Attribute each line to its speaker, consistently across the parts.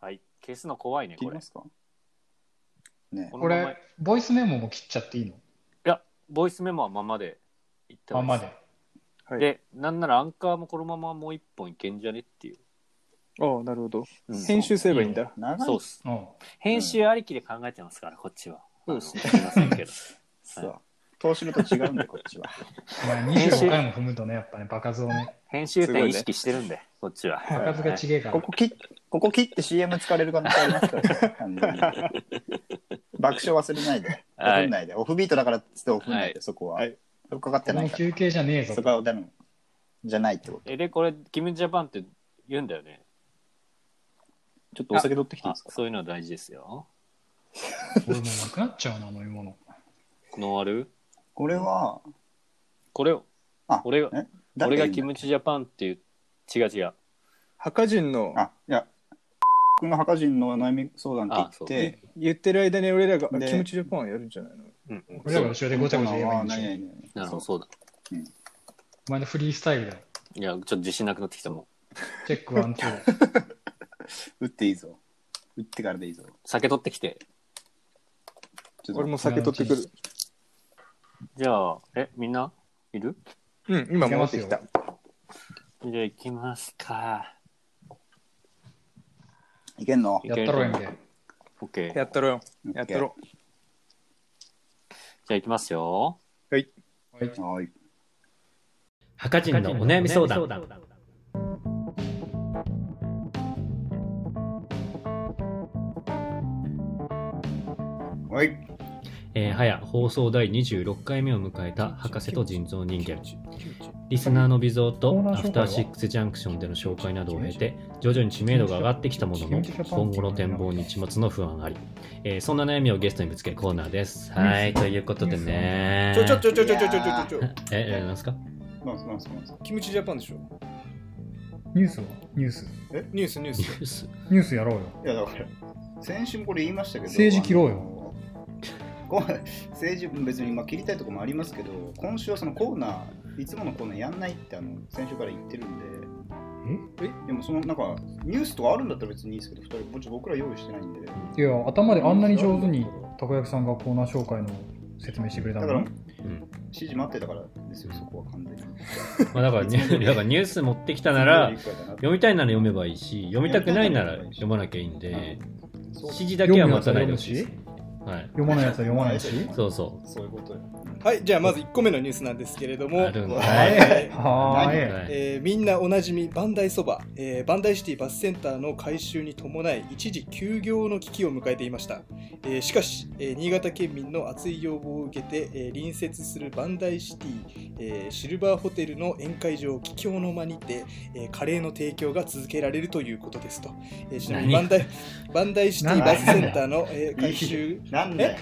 Speaker 1: はい。消すの怖いね、
Speaker 2: 切
Speaker 1: これ
Speaker 2: りま。すかね
Speaker 1: こ
Speaker 2: え
Speaker 1: のま
Speaker 3: こ
Speaker 1: まい
Speaker 3: れ、ボイスメモも切っちゃっていいの
Speaker 1: や、ボイスメモはままでいった
Speaker 3: まんまで。
Speaker 2: はい、
Speaker 1: で、なんならアンカーもこのままもう一本いけんじゃねっていう。
Speaker 2: ああなるほど
Speaker 1: うん
Speaker 2: 編集すればいいんだ
Speaker 1: そ
Speaker 2: 長
Speaker 1: う
Speaker 2: い
Speaker 1: っす。
Speaker 3: うん。
Speaker 1: 編集ありきで考えてますから、こっちは。
Speaker 2: そうっすね
Speaker 1: あのすいませんけど。
Speaker 2: さ投資のと違うんだよこっちは
Speaker 3: まあ、25回も踏むとね、やっぱね、場数をね、
Speaker 1: 編集点意識してるんで、こっちは。
Speaker 3: 場数が
Speaker 1: はい
Speaker 3: ちげえか ら
Speaker 2: こ。こ切っここ切って CM 使われる可能性ありますからね完全に 爆笑忘れないで
Speaker 1: はい
Speaker 2: オフないでオフビートだからっつってオフない
Speaker 1: は
Speaker 2: でそこはそこかかって
Speaker 3: こ
Speaker 2: な
Speaker 3: の
Speaker 2: いから
Speaker 3: 休憩じゃねえぞ
Speaker 2: そ。こはダメじゃないってこと
Speaker 1: え、で、これ、キムジャパンって言うんだよね。
Speaker 2: ちょっとお酒取ってきていい
Speaker 1: あ
Speaker 2: ですか
Speaker 1: そういうの大事ですよ。
Speaker 3: 俺もうなくなっちゃうな、飲み物。
Speaker 1: ノンアル
Speaker 2: これは
Speaker 1: これを、
Speaker 2: あ
Speaker 1: 俺が、
Speaker 2: えだって
Speaker 1: 俺がキムチジャパンっていう、違う違う。
Speaker 4: ハカジュンの
Speaker 2: あいや君の墓人の悩み相談って言って
Speaker 4: 言ってる間に俺らが
Speaker 2: で
Speaker 4: キムチジャパンやるんじゃないの
Speaker 1: うんうん。
Speaker 3: 俺らが後ろでごちゃごちゃ言えばいいんでしょ。
Speaker 1: なるほど、そうだ。
Speaker 3: お前のフリースタイルだよ。
Speaker 1: いや、ちょっと自信なくなってきたもん。
Speaker 3: チェックワン、ツー。
Speaker 2: 打っていいぞ打ってからでいいぞ
Speaker 1: 酒取ってきて。
Speaker 2: ちょっと
Speaker 4: 俺も酒取ってくる
Speaker 1: じゃあ、え、みんないる
Speaker 4: うん今戻ってきた
Speaker 3: い
Speaker 1: じゃあ行きますか。
Speaker 2: いけんの
Speaker 3: やったろやんけ。
Speaker 1: オッケー。じゃ
Speaker 4: やったろよやったろ
Speaker 1: あ行きますよ。
Speaker 4: はい
Speaker 3: はい。
Speaker 2: はい
Speaker 5: 墓人のお悩み相談。
Speaker 2: はい
Speaker 5: えー、はや放送第26回目を迎えた博士と人造人間リスナーの微増とアフターシックスジャンクションでの紹介などを経て徐々に知名度が上がってきたものの今後の展望に一抹の不安あり、えー、そんな悩みをゲストにぶつけるコーナーですはいということでね
Speaker 4: ちょちょちょちょちょちょちょちょちょ
Speaker 5: ええなんですか
Speaker 2: なんすなんすかなんすか
Speaker 4: キムチジャパンでしょ
Speaker 3: ニュースはニュース。
Speaker 4: ニュースニュー
Speaker 5: ニ
Speaker 4: ス
Speaker 5: ュース
Speaker 3: ニュースやろうよ。
Speaker 2: いやだから先週もこれ言いましたけど
Speaker 3: 政治切ろうよ
Speaker 2: よ政治も別にまあ切りたいところもありますけど今週はそのコーナーいつものコーナーやんないってあの先週から言ってるんででもそのなんかニュースとかあるんだったら別にいいですけど2人もち僕ら用意してないんでだ
Speaker 3: えいや、頭であんなに上手に、たこ焼きさんがコーナー紹介の説明してくれた
Speaker 2: か
Speaker 3: の
Speaker 2: ら
Speaker 3: に。
Speaker 5: うん
Speaker 2: 指示待ってたからですよそこは完全に
Speaker 5: まあ だからニューだからニュース持ってきたなら読みたいなら読めばいいし読みたくないなら読まなきゃいいんで
Speaker 2: そう
Speaker 5: 指示だけは待たないでほしいです
Speaker 3: 読
Speaker 5: はい
Speaker 3: 読まないやつは読まないし。
Speaker 5: そうそ
Speaker 2: そういうことよ
Speaker 4: はいじゃあまず1個目のニュースなんですけれども
Speaker 5: あるんだ
Speaker 4: はい
Speaker 3: は
Speaker 5: う、
Speaker 3: ーい。
Speaker 5: はい
Speaker 4: えーみんなおなじみバンダイそば、えーバンダイシティバスセンターの改修に伴い一時休業の危機を迎えていました、えーしかし、えー新潟県民の熱い要望を受けて、えー隣接するバンダイシティ、えーシルバーホテルの宴会場帰郷の間にて、えーカレーの提供が続けられるということですと、えーちなみにバ
Speaker 5: 何
Speaker 4: ンダイバンダイシティバスセンターの、えー改修
Speaker 2: なんだよ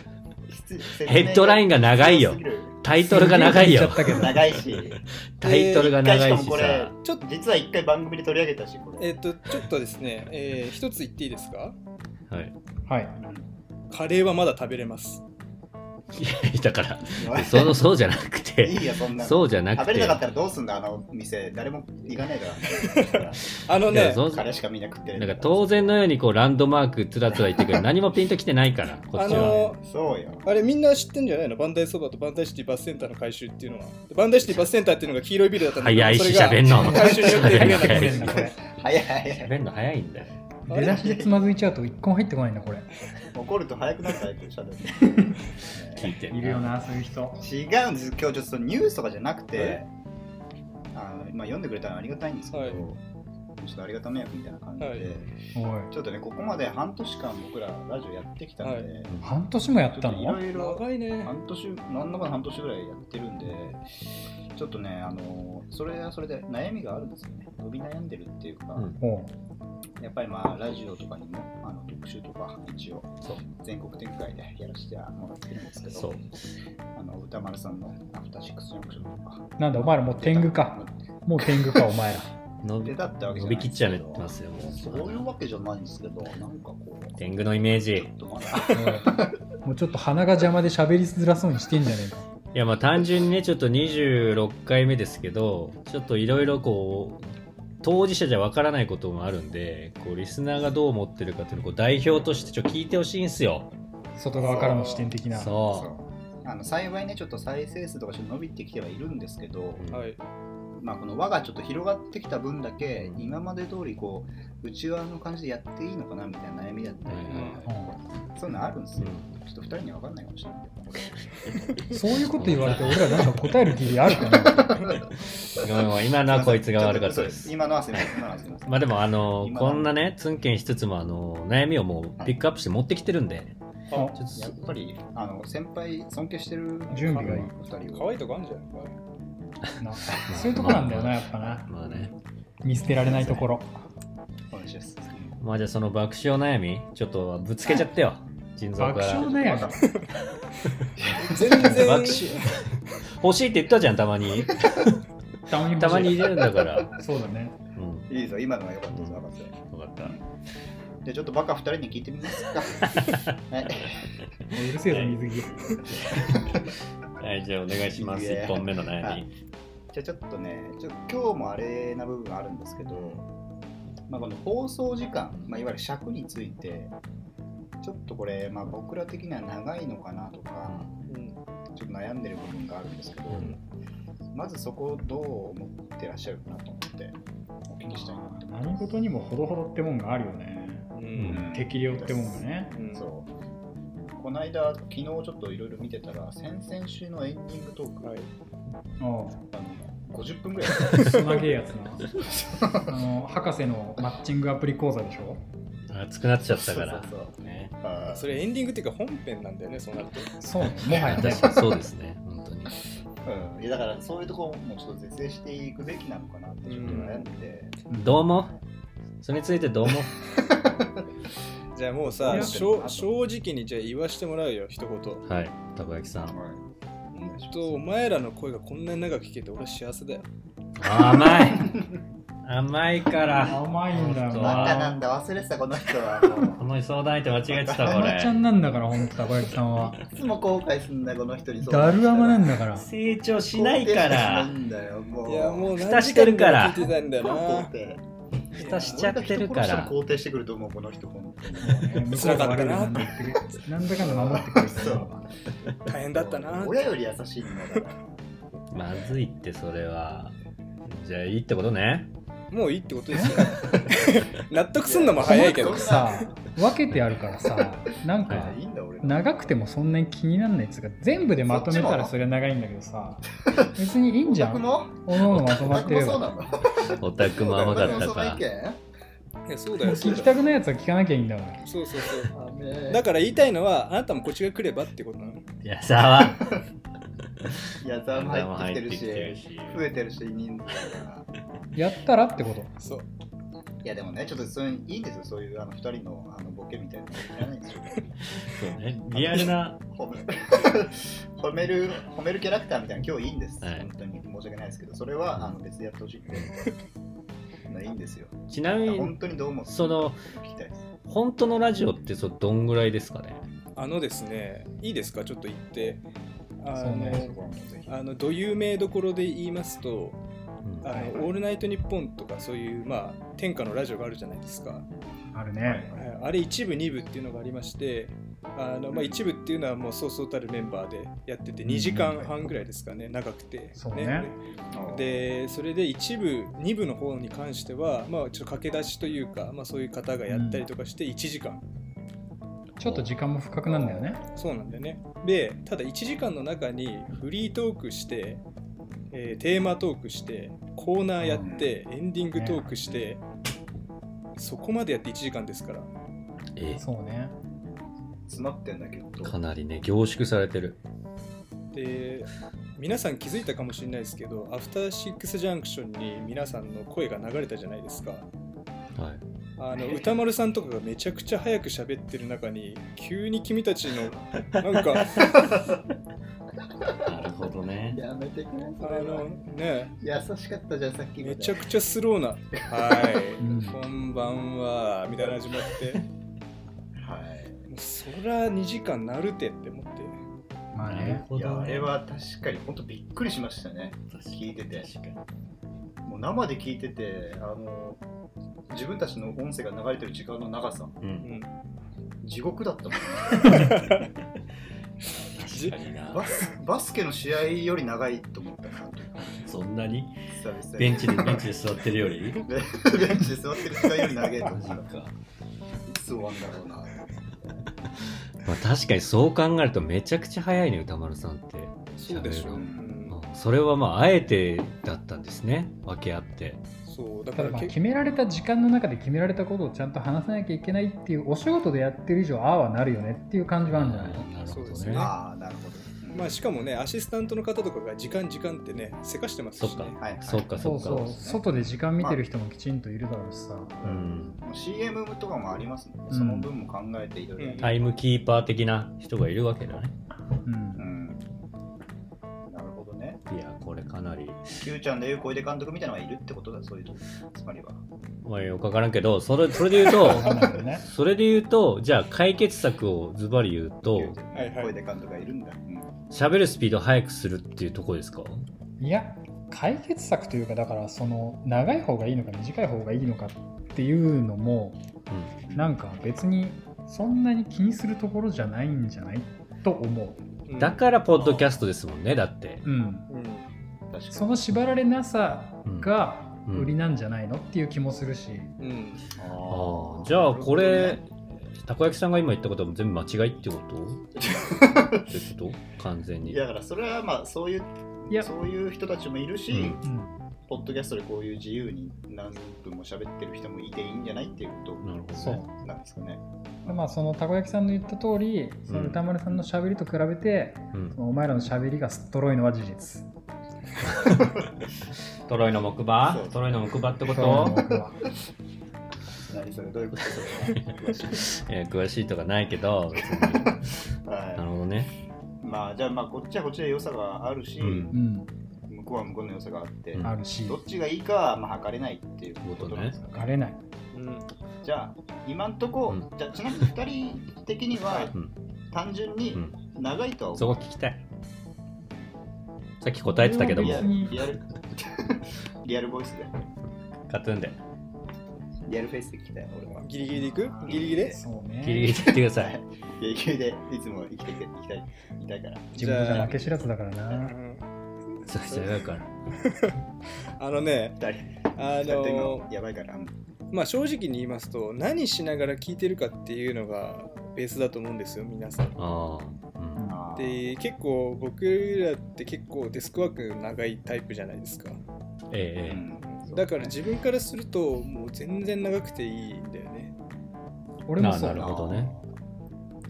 Speaker 2: 失説明が
Speaker 5: ヘッドラインが長いよ
Speaker 2: 強すぎる
Speaker 5: タイトルが長い
Speaker 3: 言
Speaker 5: よ
Speaker 3: っちゃったけど
Speaker 2: 長いし
Speaker 5: タイトルが長い
Speaker 2: 一回しかも
Speaker 5: し
Speaker 2: これ
Speaker 5: さ
Speaker 4: ちょっと
Speaker 2: 実は一回番組で取り上げたしこれ
Speaker 4: えっ、とちょっとですね、えー一つ言っていいですか
Speaker 5: はい
Speaker 3: はい。
Speaker 4: カレーはまだ食べれます
Speaker 5: いや だから
Speaker 2: おい
Speaker 5: そのそうじゃなく
Speaker 2: い
Speaker 5: て
Speaker 2: いよそんなの
Speaker 5: そうじゃな
Speaker 2: 食
Speaker 5: く
Speaker 2: べ
Speaker 5: て
Speaker 2: れなかったらどうすんだあの店誰も行かねえから
Speaker 4: あの
Speaker 5: いや
Speaker 4: ね
Speaker 5: そう
Speaker 2: カレーしかみんな食って
Speaker 5: なん
Speaker 2: ね
Speaker 5: か
Speaker 2: え
Speaker 5: 当然のようにこうランドマークつらつら言ってくる何もピンときてないからこ
Speaker 4: あ
Speaker 5: っちは
Speaker 4: のー
Speaker 2: そうよ
Speaker 4: あれみんな知ってんじゃないのバンダイそばとバンダイシティバスセンターの改修っていうのは。でバンダイシティバスセンターっていうのが黄色いビルだったんだけど
Speaker 5: 早いし
Speaker 4: それが
Speaker 5: 喋んの
Speaker 4: 改修によって見えなくなっ
Speaker 5: 早
Speaker 4: て
Speaker 5: いし
Speaker 3: これ
Speaker 2: 早い早い
Speaker 5: 喋んの早いんだよ
Speaker 4: あ
Speaker 3: 出
Speaker 4: れ
Speaker 3: だしでつまずいちゃうと一個も入ってこないんだ、これ。
Speaker 2: 怒ると早くなるタイプでしゃべる
Speaker 5: 聞いて
Speaker 3: いるよな、そういう人。
Speaker 2: 違うんです今日ちょっとそのニュースとかじゃなくてあのまあ読んでくれたらありがたいんですけど、
Speaker 4: はい
Speaker 2: ちょっとありがた迷惑みたいな感じで、
Speaker 4: はい
Speaker 3: おい。
Speaker 2: ちょっとねここまで半年間僕らラジオやってきたんで、
Speaker 3: 半年もやっ
Speaker 2: ちょ
Speaker 3: た
Speaker 2: っといろ
Speaker 3: の
Speaker 2: いろ
Speaker 4: 長いね。
Speaker 2: 半年、真ん中の半年ぐらいやってるんで、ちょっとね、あのそれはそれで悩みがあるんですよね。伸び悩んでるっていうか、
Speaker 5: うん
Speaker 3: おう
Speaker 2: やっぱりまあ、ラジオとかにも、あの特集とか、一応
Speaker 5: そう、
Speaker 2: 全国展開でやらせてもらってるんですけど、
Speaker 5: そう
Speaker 2: あの歌丸さんのアフターシックスジャンクションとか。
Speaker 3: なんだ、お前らもう天狗か。。もう天狗か、お前ら。
Speaker 5: 伸
Speaker 2: 出
Speaker 5: び
Speaker 2: たってわけじ
Speaker 5: 伸
Speaker 2: ゃない
Speaker 5: び
Speaker 2: ん
Speaker 5: き
Speaker 2: で
Speaker 5: っ
Speaker 2: す
Speaker 5: ち
Speaker 2: け
Speaker 5: ゃ
Speaker 2: ど
Speaker 5: ねってますよも
Speaker 2: そういう
Speaker 5: う
Speaker 2: わけじゃないんですけど、なんかこう、
Speaker 5: 天狗のイメー
Speaker 2: ち
Speaker 5: ジ
Speaker 2: ょっとまだ、
Speaker 3: おいもうちょっと鼻が邪魔で喋りづらそうにしてんじゃねえか。
Speaker 5: いやまあ単純にねちょっと26回目ですけどちょっといろいろこう当事者じゃわからないこともあるんでこうリスナーがどう思ってるかっていうのをこう代表としてちょっと聞いてほしいんすよ
Speaker 3: 外側からの視点的な。
Speaker 5: そ
Speaker 2: そうあの幸いね、ちょっと再生数とかちょっと伸びてきてはいるんですけど、
Speaker 5: う、
Speaker 4: はい。
Speaker 2: まあ、この輪がちょっと広がってきた分だけ、今まで通りこう内側の感じでやっていいのかなみたいな悩みだったり、
Speaker 5: はい
Speaker 3: はい
Speaker 2: そういうのあるんですよ。
Speaker 5: う
Speaker 2: ちょっと2人には分かんないかもしれないけど。
Speaker 3: そういうこと言われて、俺らなんか答える気であるかな。
Speaker 5: んごめんごめん今のはこいつが悪かったで
Speaker 2: そう
Speaker 5: す
Speaker 2: 今のはすみません。今のはすみません。
Speaker 5: まあでもあの
Speaker 2: 今
Speaker 5: こんなねツンケンしつつもあの悩みをもうピックアップして持ってきてるんで、
Speaker 4: あ
Speaker 5: ちょっと
Speaker 2: や
Speaker 5: そ
Speaker 2: っぱりあの先輩尊敬してる
Speaker 3: 準備がいい
Speaker 2: お二人
Speaker 4: 可
Speaker 2: を
Speaker 4: 愛いとこあるんじゃない か
Speaker 3: なそういうとこなんだよな、やっぱな。
Speaker 5: まあね
Speaker 3: 見捨てられないところ。
Speaker 2: お願いします。
Speaker 5: まあじゃあその爆笑悩みちょっとぶつけちゃってよ腎臓から
Speaker 3: 爆笑悩み。
Speaker 4: 全然。
Speaker 5: 爆笑 欲しいって言ったじゃんたま に
Speaker 3: たまに
Speaker 5: たまに入れるんだから
Speaker 3: そうだね。
Speaker 5: うん
Speaker 2: いいぞ、今のは良かったぞ、博士。
Speaker 5: 分かった
Speaker 2: じゃあちょっとバカ二人に聞いてみますか。 はい、
Speaker 3: もううるせえぞ、水着。
Speaker 5: はい、じゃあお願いします。
Speaker 2: いや
Speaker 5: 1本目の悩
Speaker 2: は
Speaker 5: み
Speaker 2: い。じゃあちょっとね、ちょ今日もあれな部分あるんですけど、まあ、この放送時間、まあ、いわゆる尺について、ちょっとこれ、まあ、僕ら的には長いのかなとか、
Speaker 4: うん
Speaker 2: ちょっと悩んでる部分があるんですけど、まずそこをどう思ってらっしゃるかなと思って、お聞きしたいなと思い
Speaker 3: 何
Speaker 2: ます。
Speaker 3: 事にもほどほどってもんがあるよね。
Speaker 4: うん。
Speaker 3: 適量ってもんがね。
Speaker 4: うん
Speaker 2: そう。この間、昨日ちょっといろいろ見てたら、先々週のエンディングトーク、
Speaker 4: はい。
Speaker 3: おう
Speaker 2: あの50分ぐらい。
Speaker 3: すまげえやつな。 あの、博士のマッチングアプリ講座でしょ
Speaker 5: 熱くなっちゃったから。
Speaker 2: そうそうそう
Speaker 5: ね
Speaker 2: あー
Speaker 4: それエンディングっていうか本編なんだよね、そうなると。
Speaker 3: そうね。もはやね
Speaker 5: 確。 かにそうですね、本当に。
Speaker 2: うん、いやだからそういうところもちょっと是正していくべきなのかなってちょっと悩んでて、
Speaker 5: どうも。それについてどうも。
Speaker 4: じゃあもう
Speaker 2: い
Speaker 4: さ、
Speaker 2: や
Speaker 4: しょ正直にじゃあ言わしてもらうよ、一言。
Speaker 5: はい、たこ焼きさん。
Speaker 2: はいお願いします
Speaker 4: と、お前らの声がこんなに長く聞けて俺は幸せだよ。
Speaker 5: 甘い。甘いから。
Speaker 3: 甘いんだ
Speaker 2: なん
Speaker 3: よ
Speaker 2: だな
Speaker 3: な。
Speaker 2: んだ忘れてたこの人はも
Speaker 5: この相談相手間違えてた、こ
Speaker 3: 甘ちゃん
Speaker 5: れ。
Speaker 3: なんだから、ほんと、たこ焼きさんは。
Speaker 2: ういつも後悔すんだこの人に
Speaker 3: だる甘なん
Speaker 2: だ
Speaker 3: だから。
Speaker 5: 成長しないから
Speaker 2: な。んだよもう
Speaker 4: い
Speaker 2: い
Speaker 4: や、もう何
Speaker 5: 蓋してるから
Speaker 4: 時間も聞いてたんだよ
Speaker 2: 肯定
Speaker 4: な。
Speaker 5: 蓋しちゃってるか
Speaker 2: 俺が人
Speaker 5: ら
Speaker 2: 殺しても肯定してくると思うこの人本当に
Speaker 4: 辛かったなって
Speaker 3: なんだかんだ守ってくれて
Speaker 2: そう
Speaker 4: 大変だったな。
Speaker 2: 親より優しいんだから
Speaker 5: まずいって、それは。じゃあいいってことね。
Speaker 4: もういいってことですよ。 納得すんのも早いけど
Speaker 2: い。
Speaker 3: さ分けてあるからさなん
Speaker 5: は
Speaker 3: か
Speaker 2: いいんだ俺
Speaker 3: 長くてもそんなに気にならないっつうか全部でまとめたらそれは長いんだけどさ別にいいんじゃ
Speaker 2: 僕
Speaker 3: ん
Speaker 2: も
Speaker 3: おのおのまとまっ
Speaker 2: 僕
Speaker 3: てれ
Speaker 2: もそう
Speaker 3: ば
Speaker 2: なの
Speaker 5: オタクも甘かった
Speaker 2: 僕もその
Speaker 5: か
Speaker 2: 意見
Speaker 4: いや、そうだよ。そう
Speaker 3: 聞
Speaker 4: だ
Speaker 3: き
Speaker 4: よ
Speaker 3: たくないやつは聞かなきゃいいんだから
Speaker 4: そうそうそ
Speaker 2: あ
Speaker 4: う。
Speaker 2: ね
Speaker 4: だから言いたいのは、あなたもこっちが来ればってことなの。
Speaker 5: ら。矢沢。
Speaker 2: いやザーも入ってきてるし
Speaker 5: し。
Speaker 2: 増えてるし人数だから
Speaker 3: やったらってこと
Speaker 4: そう。
Speaker 2: いやでもね、ちょっとそういういいんですよ、そういうあの二人のあのボケみたいなのいらないんですよ。
Speaker 5: そうね。リアルな。
Speaker 2: 褒め 褒める褒めるキャラクターみたいなの今日いいんです、
Speaker 5: はい
Speaker 2: 本当に申し訳ないですけど、それはあの別でやってほしいんで、まあいいんですよ。
Speaker 5: ちなみに
Speaker 2: 本、当にどうも
Speaker 5: その、
Speaker 2: 聞きたいです。
Speaker 5: 本当のラジオってそうどんぐらいですかね
Speaker 4: あのですね、いいですか、ちょっと言って。あ
Speaker 3: そう
Speaker 4: の、
Speaker 3: ね
Speaker 2: そこはもうぜひ
Speaker 4: あの、ど有名どころで言いますと、
Speaker 5: うん
Speaker 4: あの、オールナイトニッポンとかそういう、まあ、天下のラジオがあるじゃないですか。
Speaker 3: あるね
Speaker 4: はいあれ一部二部っていうのがありまして、あのまあ、一部っていうのはもうそうそうたるメンバーでやってて2時間半ぐらいですかね長くて、
Speaker 3: そうね
Speaker 4: でそれで一部二部の方に関しては、まあ、ちょっと駆け出しというか、まあ、そういう方がやったりとかして1時間、
Speaker 3: ちょっと時間も深くなんだよね
Speaker 4: そうなんだよねでただ1時間の中にフリートークして、えーテーマトークしてコーナーやって、エンディングトークして、そこまでやって1時間ですから
Speaker 5: え
Speaker 3: そうね
Speaker 2: 詰まってんだけど、
Speaker 5: かなりね凝縮されてる
Speaker 4: で皆さん気づいたかもしれないですけど「アフターシックスジャンクション」に皆さんの声が流れたじゃないですか
Speaker 5: はい
Speaker 4: あの歌丸さんとかがめちゃくちゃ早く喋ってる中に急に君たちのなんか
Speaker 5: なるほどね
Speaker 2: やめてくれ、
Speaker 4: あ
Speaker 2: それは
Speaker 4: のね
Speaker 2: 優しかったじゃん、さっきまで
Speaker 4: めちゃくちゃスローな「はい、
Speaker 3: うん
Speaker 4: こんばんは」みたいな始まっても
Speaker 2: はい。
Speaker 4: うそら2時間なるてって思って
Speaker 3: まあ
Speaker 5: なる
Speaker 3: ね
Speaker 5: ほ
Speaker 2: いや、
Speaker 5: ど
Speaker 2: あ
Speaker 5: ね
Speaker 2: れは確かに本当びっくりしましたね。聞いてて
Speaker 5: 確かに
Speaker 2: ももう生で聞いててあの自分たちの音声が流れてる時間の長さ
Speaker 5: うん
Speaker 2: 地獄だったもん、ね、
Speaker 5: 確かにな
Speaker 2: バスバスケの試合より長いと思ったなと
Speaker 5: そんなに
Speaker 2: 久々に
Speaker 5: ベンチでベンチで座ってるより
Speaker 2: ベンチで座ってる時間より長いと
Speaker 5: マ
Speaker 2: 思っ
Speaker 5: ジ
Speaker 2: たい
Speaker 5: か
Speaker 2: つ終わるんだろうな
Speaker 5: まあ確かにそう考えるとめちゃくちゃ早いね歌丸さんって
Speaker 4: そうでしょ
Speaker 5: 喋るの
Speaker 4: う
Speaker 2: うん
Speaker 5: うんそれはまああえてだったんですね分け合って
Speaker 4: そうだか
Speaker 3: ただ
Speaker 4: ら
Speaker 3: まあ
Speaker 4: け
Speaker 3: 決められた時間の中で決められたことをちゃんと話さなきゃいけないっていうお仕事でやってる以上ああはなるよねっていう感じがあるんじゃないの
Speaker 5: なる
Speaker 4: そ
Speaker 5: ほ
Speaker 4: うで
Speaker 5: ど
Speaker 4: す
Speaker 5: ね
Speaker 4: ね
Speaker 2: ああなるほど、
Speaker 4: まあしかもねアシスタントの方とかが時間時間ってねせかしてますし、ね、
Speaker 5: そっか
Speaker 2: はいはい
Speaker 5: そうか
Speaker 3: そ
Speaker 5: そううか
Speaker 3: そう外で時間見てる人もきちんといるだろうしさ、
Speaker 5: うん
Speaker 2: もう CM とかもありますもんね、
Speaker 3: うん
Speaker 2: その分も考えていろいろやって
Speaker 5: タイムキーパー的な人がいるわけだね
Speaker 3: うん
Speaker 2: うんなるほどね
Speaker 5: いやこれかなり
Speaker 2: Q ちゃんでいう小出監督みたいなのがいるってことだそういうとこつまりは
Speaker 5: まあよくわからんけどそれそれで言う と
Speaker 3: わかんないよね
Speaker 5: それで言うとじゃあ解決策をズバリ言うと
Speaker 4: はいはい
Speaker 2: 小出監督がいるんだ、うん
Speaker 5: 喋るスピードを速くするっていうとこですか
Speaker 3: いや解決策というかだからその長い方がいいのか短い方がいいのかっていうのもなんか別にそんなに気にするところじゃないんじゃないと思
Speaker 4: うん
Speaker 5: だからポッドキャストですもんねだって
Speaker 3: う、うん、
Speaker 4: うん
Speaker 2: 確か
Speaker 3: その縛られなさが
Speaker 5: うん
Speaker 3: 売りなんじゃないのっていう気もするし、
Speaker 4: うん
Speaker 2: に
Speaker 5: あ
Speaker 2: あ
Speaker 5: ーじゃあこれ
Speaker 2: なるほ
Speaker 5: たこ焼きさんが今言ったことも全部間違いってこと ってこと完全
Speaker 2: どね
Speaker 5: に
Speaker 2: いやだからそれはまあそういう
Speaker 3: いや
Speaker 2: そういう人たちもいるし、
Speaker 5: うん
Speaker 3: うん、
Speaker 2: ポッドキャストでこういう自由に何分も喋ってる人もいていいんじゃないっていうこ
Speaker 5: なるほ
Speaker 3: そ
Speaker 5: ど
Speaker 3: う
Speaker 5: ね
Speaker 2: となんですかね
Speaker 3: まあそのたこ焼きさんの言った通りその歌丸さんのしゃべりと比べて、
Speaker 5: うん
Speaker 3: お前らのしゃべりがすっとろいのは事実
Speaker 5: トロイの木馬
Speaker 2: そう
Speaker 5: トロイの木馬ってこ
Speaker 3: そう思う
Speaker 5: と、
Speaker 3: 僕は
Speaker 2: 何それどういうことそ
Speaker 5: えー詳しいとかないけど別に
Speaker 2: れは
Speaker 5: なる
Speaker 2: は
Speaker 5: ほどね
Speaker 2: いまあじゃあまあこっちはこっちで良さがあるし、
Speaker 5: うん
Speaker 3: うん
Speaker 2: 向こうは向こうの良さがあって、
Speaker 5: うん
Speaker 3: あるし
Speaker 2: どっちがいいかはまあ測れないっていうことなんですかね
Speaker 3: がれない
Speaker 4: うん
Speaker 2: じゃあ今んとこ、
Speaker 5: う
Speaker 2: じゃあちなみに2人的には
Speaker 5: うん
Speaker 2: 単純に
Speaker 5: うん
Speaker 2: 長いとは
Speaker 5: そ
Speaker 2: 思
Speaker 5: こ
Speaker 2: う、
Speaker 5: 聞きたいさっき答えてたけども
Speaker 2: リア
Speaker 3: それ
Speaker 2: ル
Speaker 3: は別に
Speaker 2: リアル リアルボイスで
Speaker 5: カトゥーンで
Speaker 2: リアルフェイスで聞きたい俺は
Speaker 4: ギリギリでいくギリギリで
Speaker 3: そうね
Speaker 5: ギリギリで言ってください
Speaker 2: 永久でいつも生きていきたいいたいから
Speaker 3: 自分じゃ負け知らずだからな
Speaker 4: うん
Speaker 5: それじゃあから
Speaker 4: あのね
Speaker 2: 2人
Speaker 4: あ
Speaker 2: 二人と
Speaker 4: の
Speaker 2: もやばいからうん
Speaker 4: まあ正直に言いますと何しながら聞いてるかっていうのがベースだと思うんですよ皆さん
Speaker 5: ああ、うん、
Speaker 2: あー
Speaker 4: で結構僕らって結構デスクワーク長いタイプじゃないですか
Speaker 5: ええ
Speaker 2: う
Speaker 5: え
Speaker 2: ん
Speaker 4: だから自分からするともう全然長くていいんだよね
Speaker 5: え
Speaker 3: 俺もそ
Speaker 5: な
Speaker 3: う
Speaker 5: るほどね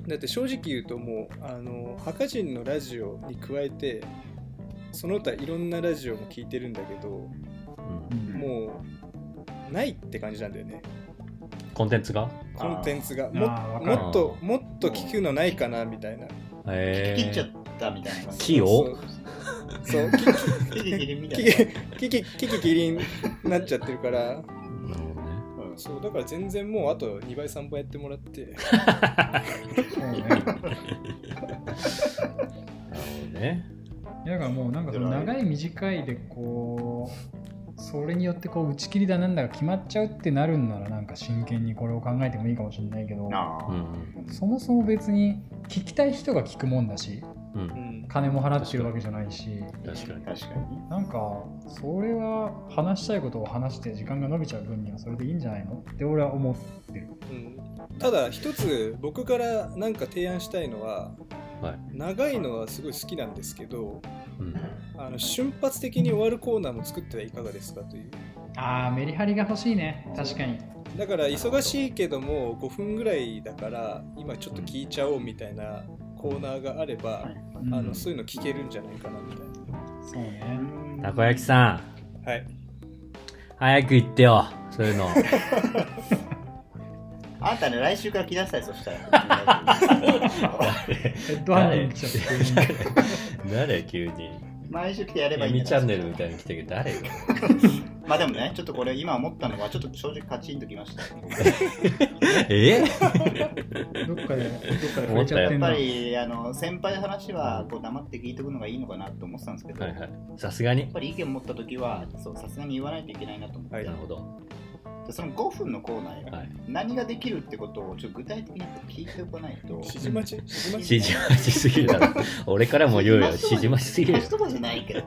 Speaker 4: だって正直言うともうあのハカ人のラジオに加えてその他いろんなラジオも聞いてるんだけど
Speaker 5: うん
Speaker 3: うん
Speaker 4: もうないって感じなんだよね
Speaker 5: コンテンツが
Speaker 4: コンテンツが
Speaker 3: あ
Speaker 4: も
Speaker 3: ーわか
Speaker 4: も
Speaker 3: る
Speaker 4: っともっと聞くのないかなみたいな
Speaker 5: ええ
Speaker 2: 切っちゃったみたいな感じ
Speaker 5: 木を
Speaker 4: そう
Speaker 2: 切り切りみた
Speaker 4: キ
Speaker 2: いな
Speaker 4: キキキキキキリンになっちゃってるから
Speaker 5: なるほどね
Speaker 2: うん
Speaker 4: そうだから全然もうあと2倍3倍やっても らって
Speaker 3: そうね
Speaker 5: なるほどね
Speaker 3: いやだからもうなんかその長い短いでこうそれによってこう打ち切りだなんだが決まっちゃうってなるんならなんか真剣にこれを考えてもいいかもしれないけど
Speaker 2: なあ
Speaker 5: うん
Speaker 3: そもそも別に聞きたい人が聞くもんだし
Speaker 5: う
Speaker 4: うんん
Speaker 3: 金も払ってるわけじゃないし
Speaker 5: 確かに
Speaker 2: 確かに
Speaker 3: なんかそれは話したいことを話して時間が伸びちゃう分にはそれでいいんじゃないのって俺は思ってる
Speaker 4: うんただ一つ僕からなんか提案したいのは、
Speaker 5: はい
Speaker 4: 長いのはすごい好きなんですけど
Speaker 5: うん
Speaker 4: あの瞬発的に終わるコーナーも作ってはいかがですかという
Speaker 3: あーメリハリが欲しいね確かに
Speaker 4: だから忙しいけども5分ぐらいだから今ちょっと聞いちゃおうみたいなコーナーがあれば、
Speaker 3: うん
Speaker 4: あのそういうの聞けるんじゃないかなみたい
Speaker 3: そうね
Speaker 5: たこ焼きさん
Speaker 4: なはい
Speaker 5: 早く行ってよそういうの
Speaker 2: あんたね来週から来なさいそした ら
Speaker 3: ヘッドハンティング来ちゃって
Speaker 5: 誰急に
Speaker 2: 毎週来てやればいいん
Speaker 5: 闇
Speaker 2: だ
Speaker 5: チ
Speaker 2: から
Speaker 5: ャンネルみたいに来てるけど誰よ
Speaker 2: まあでもね、ちょっとこれ今思ったのは、ちょっと正直カチンときました。
Speaker 5: え
Speaker 3: どっかで、どっかで触
Speaker 5: 思
Speaker 3: れ
Speaker 5: っ
Speaker 3: ち
Speaker 5: た
Speaker 3: ゃっ
Speaker 5: よ
Speaker 3: て
Speaker 2: や
Speaker 3: ん
Speaker 2: っ
Speaker 3: な
Speaker 2: ぱ。りあの先輩の話はこう黙って聞いておくのがいいのかなと思ってたんですけど、
Speaker 5: はい
Speaker 2: や
Speaker 5: は
Speaker 2: っ
Speaker 5: い。さすがに。
Speaker 2: ぱり意見持った時はそうさすがに言わないといけないなと思って、
Speaker 4: はい
Speaker 5: なるほど。
Speaker 2: でその5分のコーナーが
Speaker 5: はい。
Speaker 2: 何ができるってことをちょっと具体的にやっぱ聞いておかない と。
Speaker 4: 指示待ち指示待ち
Speaker 5: 指示待ちすぎるだろ。俺からも言うよ。指示待ちすぎる
Speaker 2: 指示待ちとかじゃないけど。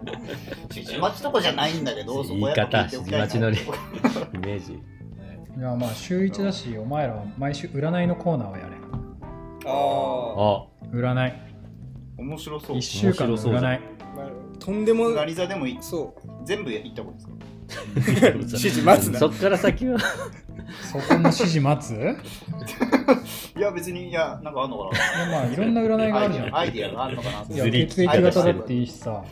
Speaker 2: 指示待ちとかじゃないんだけど、そこはやっぱ聞いておきたいな
Speaker 5: 言い方指示イメージ。
Speaker 3: いや、まあ、週1だし、お前らは毎週占いのコーナーはやれ。
Speaker 4: あ
Speaker 5: あ、
Speaker 3: 占い。
Speaker 2: 面白そう
Speaker 3: 1。週間の
Speaker 5: 面白そうじゃん
Speaker 3: 占い。
Speaker 4: あ、まあとんでも
Speaker 2: ガリザでもい
Speaker 4: そ
Speaker 2: 全部行ったことですか
Speaker 4: 指示待つな
Speaker 5: そっから先は。
Speaker 3: そこの指示待つ いや、
Speaker 2: いや、別に、いや、なんかあんのかな
Speaker 3: まあ、いろんな占いがあるじゃん。
Speaker 2: アイディアがあるのかなと
Speaker 3: い
Speaker 5: ず
Speaker 3: や
Speaker 5: り
Speaker 3: 血液型だっていいしさ、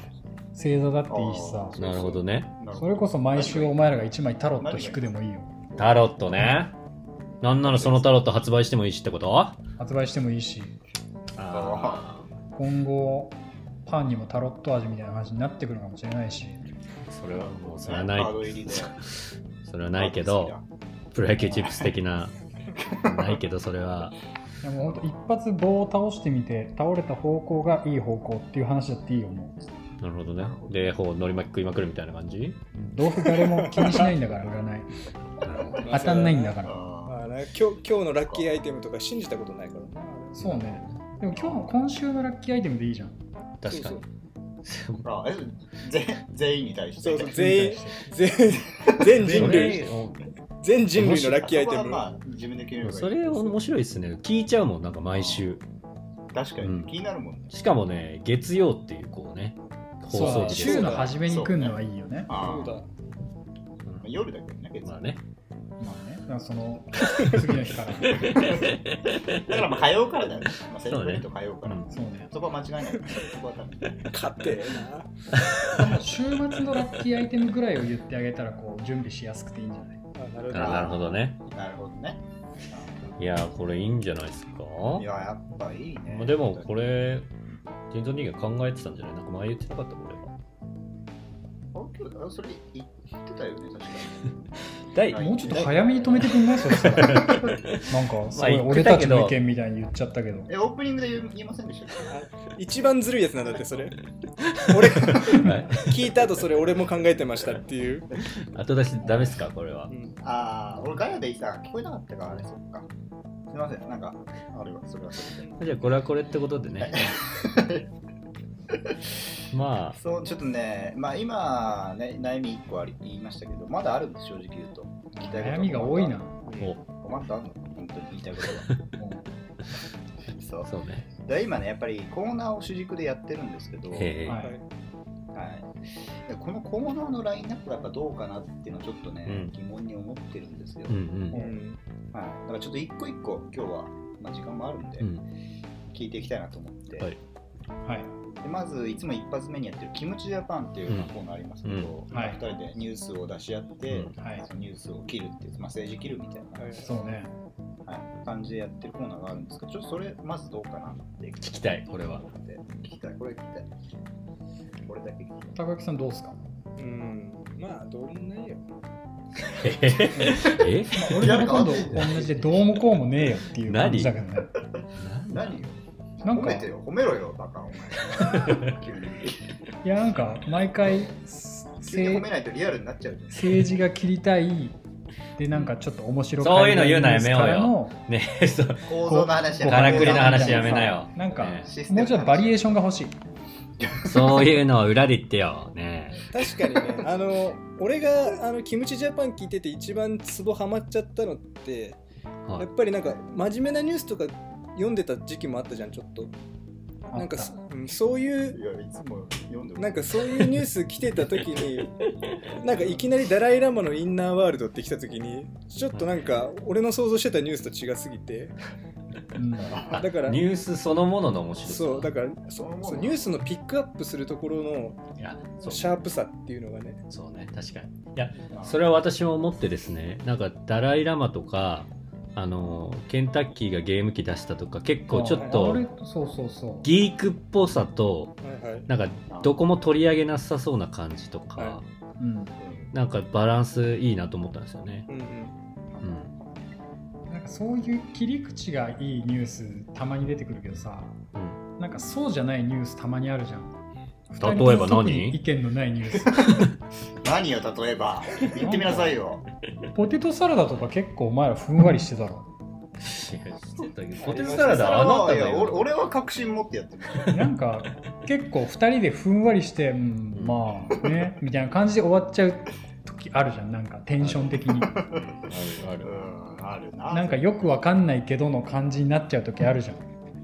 Speaker 3: 星座だっていいしさ、
Speaker 5: なるほどね。
Speaker 3: それこそ毎週お前らが1枚タロット引くでもいいよ。
Speaker 5: タロットね。なんならそのタロット発売してもいいしってことあ
Speaker 3: 発売してもいいし、
Speaker 2: あ
Speaker 3: 今後、パンにもタロット味みたいな話になってくるかもしれないし、
Speaker 5: ーそれはもうそ
Speaker 2: カ
Speaker 5: れはない
Speaker 2: ー。ド入りで
Speaker 5: それはないけど、プロ野球チップス的な。ないけどそれは。
Speaker 3: でも本当、一発棒を倒してみて、倒れた方向がいい方向っていう話だっていいよ、もう。
Speaker 5: なるほどね。で、ほう乗りまく食いまくるみたいな感じ
Speaker 3: どうせ誰も気にしないんだから、占い。
Speaker 4: う
Speaker 3: 当たんないんだから。
Speaker 2: あ
Speaker 4: まあな今日今日のラッキーアイテムとか信じたことないからな
Speaker 3: そうね。でも今日の今週のラッキーアイテムでいいじゃん。
Speaker 5: 確かに。
Speaker 2: ーあえ全全員に対して
Speaker 4: そうそう全員全全人類全人類のラッキーアイテ
Speaker 2: そ
Speaker 4: ム
Speaker 2: こはまあ自分で決めればいい
Speaker 5: それ面白いですね。聞いちゃうもん、なんか毎週。
Speaker 2: 確か
Speaker 5: うん
Speaker 2: に気になるもんね
Speaker 5: しかもね、月曜っていうこうね、放
Speaker 3: そ
Speaker 5: 送
Speaker 3: う、
Speaker 5: 日
Speaker 3: 週
Speaker 5: です
Speaker 3: の初めに来るのはいいよね。
Speaker 2: あ
Speaker 4: そう
Speaker 2: ーま
Speaker 4: だ
Speaker 2: あ夜だけどね別に
Speaker 5: まあね。
Speaker 3: まあね、だからその、次の日から。
Speaker 2: だからまあ火曜からだよ ねまあセレブレット火曜から
Speaker 5: うん
Speaker 3: そうね。
Speaker 2: そこは間違いないそこは多分
Speaker 4: 勝ってえな
Speaker 3: 週末のラッキーアイテムぐらいを言ってあげたら、こう、準備しやすくていいんじゃない
Speaker 4: あなるほ
Speaker 5: あなるほどね。
Speaker 2: なるほどね
Speaker 5: いやー、これいいんじゃないですか。
Speaker 2: いややっぱいいね
Speaker 5: まあ、でもこれ、人造人間考えてたんじゃないなんか前言ってなかったこれは。
Speaker 2: あそれ言ってたよね確か
Speaker 5: 第
Speaker 2: はい
Speaker 3: もうちょっと早めに止めてくんないそしたら。なんか、すごい、俺たちの意見みたいに言っちゃったけど。
Speaker 2: えオープニングで言う言いませんでしたっけ
Speaker 4: 一番ずるいやつなんだってそれ俺が聞いた後それ俺も考えてましたっていう、
Speaker 5: 後出しダメっすかこれは
Speaker 4: う。ん
Speaker 2: ああ俺ガヤでさ聞こえなかったからあれそっかすいませんなんかあれはそれはそれで
Speaker 5: じゃあこれはこれってことで ね。まあ、
Speaker 2: そうちょっとねまあ今ね悩み1個あり言いましたけどまだあるんです正直言うと聞きたいこと
Speaker 3: 悩みが多いな。
Speaker 5: お
Speaker 2: まだあるの本当に言いたいことはそう
Speaker 5: そうね。
Speaker 2: で今ねやっぱりコーナーを主軸でやってるんですけど、はい、
Speaker 5: ええ
Speaker 3: は
Speaker 4: はい
Speaker 3: い。
Speaker 2: でこのコーナーのラインナップがやっぱどうかなっていうのをちょっとね、
Speaker 5: うん
Speaker 2: 疑問に思ってるんですよ、
Speaker 5: うん
Speaker 4: う
Speaker 5: うん
Speaker 4: ん
Speaker 2: はい、だからちょっと一個一個今日は、まあ、時間もあるんで、
Speaker 5: うん。
Speaker 2: 聞いていきたいなと思って、
Speaker 5: はい
Speaker 3: はい。
Speaker 2: でまずいつも一発目にやってる「キムチジャパン」っていうようなコーナーありますけど、
Speaker 5: うん
Speaker 3: うんはい
Speaker 2: 2人でニュースを出し合って、
Speaker 5: うん
Speaker 3: はい。
Speaker 2: そのニュースを切るっていう、まあ、政治切るみたいな、
Speaker 4: はい
Speaker 3: そうね。
Speaker 2: はい感じでやってるコーナーがあるんですけどちょっとそれまずどうかなって聞
Speaker 5: 聞きたい、これは。
Speaker 2: 聞きたいこれ聞きたいこれだけ聞きたい
Speaker 3: 高木さんどうですか
Speaker 4: うんまあどうもないよ
Speaker 5: ええ え
Speaker 3: まあ俺らも今度同じで、どうもこうもねえよっていう感じだけどね。
Speaker 2: 何よ
Speaker 3: なん
Speaker 2: 褒
Speaker 3: か
Speaker 2: め、てよ褒めろよバカお前 急に
Speaker 3: いや、なんか、毎回、
Speaker 2: 急に
Speaker 3: せ
Speaker 2: 褒めないとリアルになっちゃうじゃん
Speaker 3: 政治が切りたいでなんかちょっと面白
Speaker 5: そういうの言うのやめようよ
Speaker 3: 海外ニュースか
Speaker 5: ねえ、そ
Speaker 3: らの
Speaker 5: う。
Speaker 2: 構造の話や
Speaker 5: こからくりの話やめなよ。
Speaker 3: なんか
Speaker 5: ね
Speaker 2: システムの
Speaker 3: もう
Speaker 2: 話
Speaker 3: ちょっとバリエーションが欲しい
Speaker 5: そういうのは裏で言ってよ。ね
Speaker 4: 確かにねあの俺があのキムチジャパン聞いてて一番ツボハマっちゃったのって、
Speaker 5: え。は
Speaker 4: や
Speaker 5: い
Speaker 4: っ。ぱりなんか真面目なニュースとか読んでた時期もあったじゃんちょっと
Speaker 3: あ
Speaker 4: なん
Speaker 3: っ
Speaker 4: か
Speaker 3: た
Speaker 4: そ,、うん、そういう
Speaker 2: いやいつも読んでも
Speaker 4: なんかそういうニュース来てた時になんかいきなりダライ・ラマのインナーワールドって来た時にちょっとなんか俺の想像してたニュースと違すぎて
Speaker 3: うん
Speaker 5: あ
Speaker 4: だから
Speaker 5: ニュースそのものの面白さ。
Speaker 4: そうだから
Speaker 2: そのもの
Speaker 4: そうニュースのピックアップするところの
Speaker 5: いや、そう
Speaker 4: シャープさっていうのがね
Speaker 5: そうね、確かに。いや、それは私も思ってですね、なんかダライ・ラマとか、あの、ケンタッキーがゲーム機出したとか、結構ちょっ
Speaker 3: あ
Speaker 5: と
Speaker 3: 俺そうそうそう
Speaker 5: ギークっぽさと、
Speaker 4: はいはい
Speaker 5: なんかどこも取り上げなさそうな感じとか、
Speaker 4: は
Speaker 2: うん
Speaker 5: なんかバランスいいなと思ったんですよね。
Speaker 4: うんうん
Speaker 5: うん。
Speaker 3: なんかそういう切り口がいいニュースたまに出てくるけどさ、
Speaker 5: う
Speaker 3: なんかそうじゃないニュースたまにあるじゃん。
Speaker 5: 例えば
Speaker 3: 特に意
Speaker 5: 何
Speaker 3: 見のないニュース。
Speaker 2: 何よ、例えば。 言ってみなさいよ。
Speaker 3: ポテトサラダとか結構お前らふんわりしてたろ。
Speaker 5: いや知ってたけどポテトサラダあなた
Speaker 2: い
Speaker 5: だ
Speaker 2: や俺
Speaker 5: よ。
Speaker 2: 俺は確信持ってやってる。
Speaker 3: なんか結構2人でふんわりして、うん、まあね、みたいな感じで終わっちゃう時あるじゃん、なんかテンション的に。
Speaker 5: あるあ
Speaker 2: う
Speaker 5: る。
Speaker 2: ん、あるな。
Speaker 3: なんかよくわかんないけどの感じになっちゃう時あるじゃん。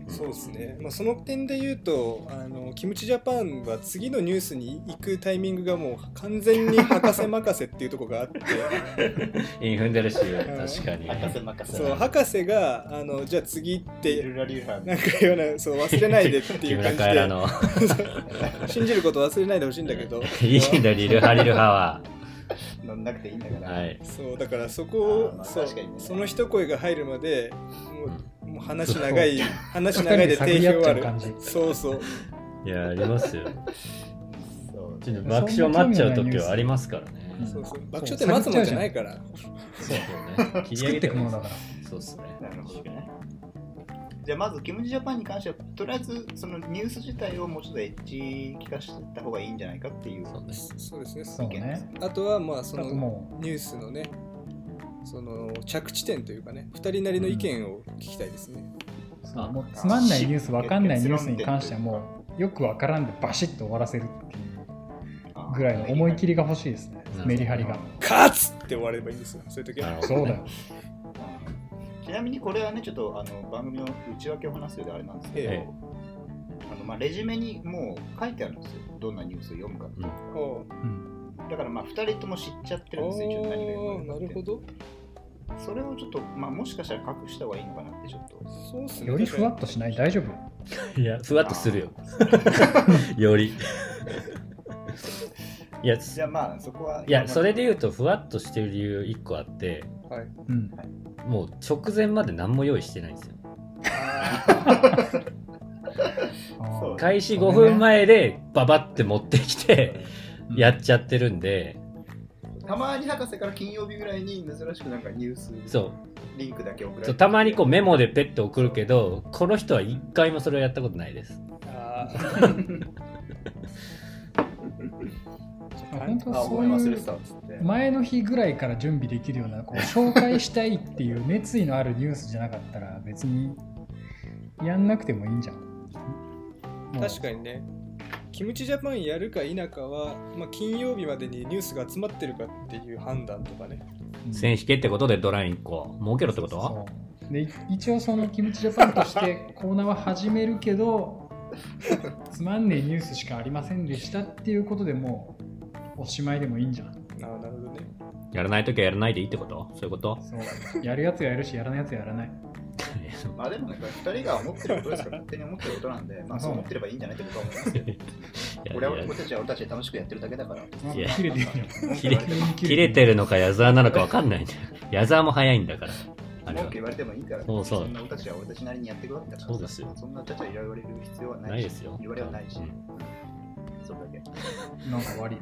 Speaker 4: そうですね、まあ、その点で言うとあのキムチジャパンは次のニュースに行くタイミングがもう完全に博士任せっていうところがあって
Speaker 5: インフンデルシー、確かに。
Speaker 2: 博士任せ
Speaker 4: そう博士があのじゃあ次っ
Speaker 2: ル
Speaker 4: て
Speaker 2: ラリューハ
Speaker 4: なんか言わないそう忘れないでって
Speaker 5: 木
Speaker 4: いう
Speaker 5: 村
Speaker 4: 感じ
Speaker 5: カエラの
Speaker 4: で信じること忘れないでほしいんだけど
Speaker 5: いいんだ、リルハリルハは。
Speaker 2: 飲んなくていいんだから。
Speaker 5: はい。
Speaker 4: そうだからそこを、
Speaker 2: あーまあ
Speaker 4: そう
Speaker 2: 確かにね
Speaker 4: その一声が入るまでも
Speaker 5: うん
Speaker 4: う,、もう話長い話
Speaker 3: 2
Speaker 4: 長
Speaker 3: 人
Speaker 4: い
Speaker 3: で
Speaker 4: で
Speaker 3: 探り合
Speaker 4: 定
Speaker 3: っち
Speaker 4: 評
Speaker 3: ゃ
Speaker 4: あ
Speaker 3: う
Speaker 4: る
Speaker 3: 感じ。
Speaker 4: そうそう
Speaker 5: いや、ありますよ。
Speaker 2: そう
Speaker 5: ちょっと爆笑待っちゃう時はありますからね。
Speaker 3: うん
Speaker 4: そうそう爆笑って待つもんじゃないから
Speaker 5: そうそうね。切り
Speaker 3: 作
Speaker 5: 上
Speaker 3: っ
Speaker 5: げ
Speaker 3: て
Speaker 5: て
Speaker 3: いくものだ
Speaker 5: か
Speaker 3: から。
Speaker 5: ら。そうっすね。
Speaker 2: なるほどね。じゃあまず、キムチジャパンに関しては、とりあえずそのニュース自体をもうちょっとエッジ聞かせた方がいいんじゃないかっていう
Speaker 5: そうね。
Speaker 4: そうですね
Speaker 3: そうね。
Speaker 4: あとはまあそ
Speaker 3: あと
Speaker 4: の
Speaker 3: も
Speaker 4: ニュースのねその着地点というかね2人なりの意見を聞きたいですね、
Speaker 5: あ
Speaker 3: うそうもうつまんないニュースわかんないニュースに関してはもうよくわからんでバシッと終わらせるっていうぐらいの思い切りが欲しいですね
Speaker 5: なるほど
Speaker 3: メリハリが
Speaker 4: 勝つって終わればいいんですよそういう時
Speaker 5: な
Speaker 4: は
Speaker 5: るほど。
Speaker 3: そうだよ。
Speaker 2: ちなみにこれはね、ちょっとあの番組の内訳を話すようであれなんですけど、
Speaker 5: ええ
Speaker 2: あのまあ、レジュメにもう書いてあるんですよ、どんなニュースを読むか。
Speaker 4: おう
Speaker 3: うん
Speaker 2: だからまあ2人とも知っちゃってるんですよ、一応何が読
Speaker 4: おー
Speaker 2: むか
Speaker 4: な
Speaker 2: って
Speaker 4: るほど
Speaker 2: それをちょっと、まあ、もしかしたら隠した方がいいのかなって、ちょっと。
Speaker 4: そうっすね
Speaker 3: よりふわっとしない大丈夫
Speaker 5: いや、ふわっとする よ。より。いや、
Speaker 2: じゃあまあ、そこは。
Speaker 5: いやそれで言うと、ふわっとしてる理由1個あって、
Speaker 4: はい
Speaker 3: うん
Speaker 5: もう直前まで何も用意してないんですよ。
Speaker 3: あー
Speaker 2: そう
Speaker 5: 開始5分前で、ババって持ってきて、
Speaker 3: うん
Speaker 5: やっちゃってるんで、
Speaker 2: たまに博士から金曜日ぐらいに珍しくなんかニュース
Speaker 5: そう、
Speaker 2: リンクだけ送られ
Speaker 5: そ
Speaker 2: て
Speaker 5: うたまにこうメモでペッて送るけどこの人は一回もそれをやったことないです
Speaker 4: あ
Speaker 3: 本当
Speaker 2: あ、
Speaker 3: そ
Speaker 2: 思
Speaker 3: う
Speaker 2: い忘れ
Speaker 3: い
Speaker 2: て
Speaker 3: う
Speaker 2: たっつって。
Speaker 3: 前の日ぐらいから準備できるようなこう紹介したいっていう熱意のあるニュースじゃなかったら別にやんなくてもいいんじゃん
Speaker 4: ー
Speaker 3: もう
Speaker 4: 確かにねキムチジャパンやるか否かは、まあ、金曜日までにニュースが集まってるかっていう判断とかね
Speaker 3: うん
Speaker 5: 線引けってことでドライン1個儲けろってこと
Speaker 3: そうで一応そのキムチジャパンとしてコーナーは始めるけどつまんねえニュースしかありませんでしたっていうことでもうおしまいでもいいんじゃん
Speaker 4: ああなるほどね
Speaker 5: やらないときはやらないでいいってことそういう こと
Speaker 3: そうやるやつやるしやらないやつやらない
Speaker 2: まあでもね、これ2人が思ってることですから、勝手に思ってることなんで、まあそう思ってればいいんじゃないって僕は思いますけど、俺は俺たちは俺たちで楽しくやってるだけだから。
Speaker 3: あ
Speaker 5: いや
Speaker 3: 切れてるよ
Speaker 5: 切れ
Speaker 3: 急に
Speaker 5: 切れてるのか矢沢なのか分かんないね矢沢も早いんだからあれ
Speaker 2: 文
Speaker 5: は
Speaker 2: 句言われてもいいから、
Speaker 5: そうそうん
Speaker 2: な俺たちは俺たちなりにやっていくわけだから。
Speaker 5: そうですよ
Speaker 2: そんなちゃちゃ言われる必要はな
Speaker 5: ない
Speaker 2: い
Speaker 5: で
Speaker 2: し、
Speaker 5: すよ
Speaker 2: 言われはないし
Speaker 5: うん
Speaker 2: それだけ。
Speaker 3: なんか終わり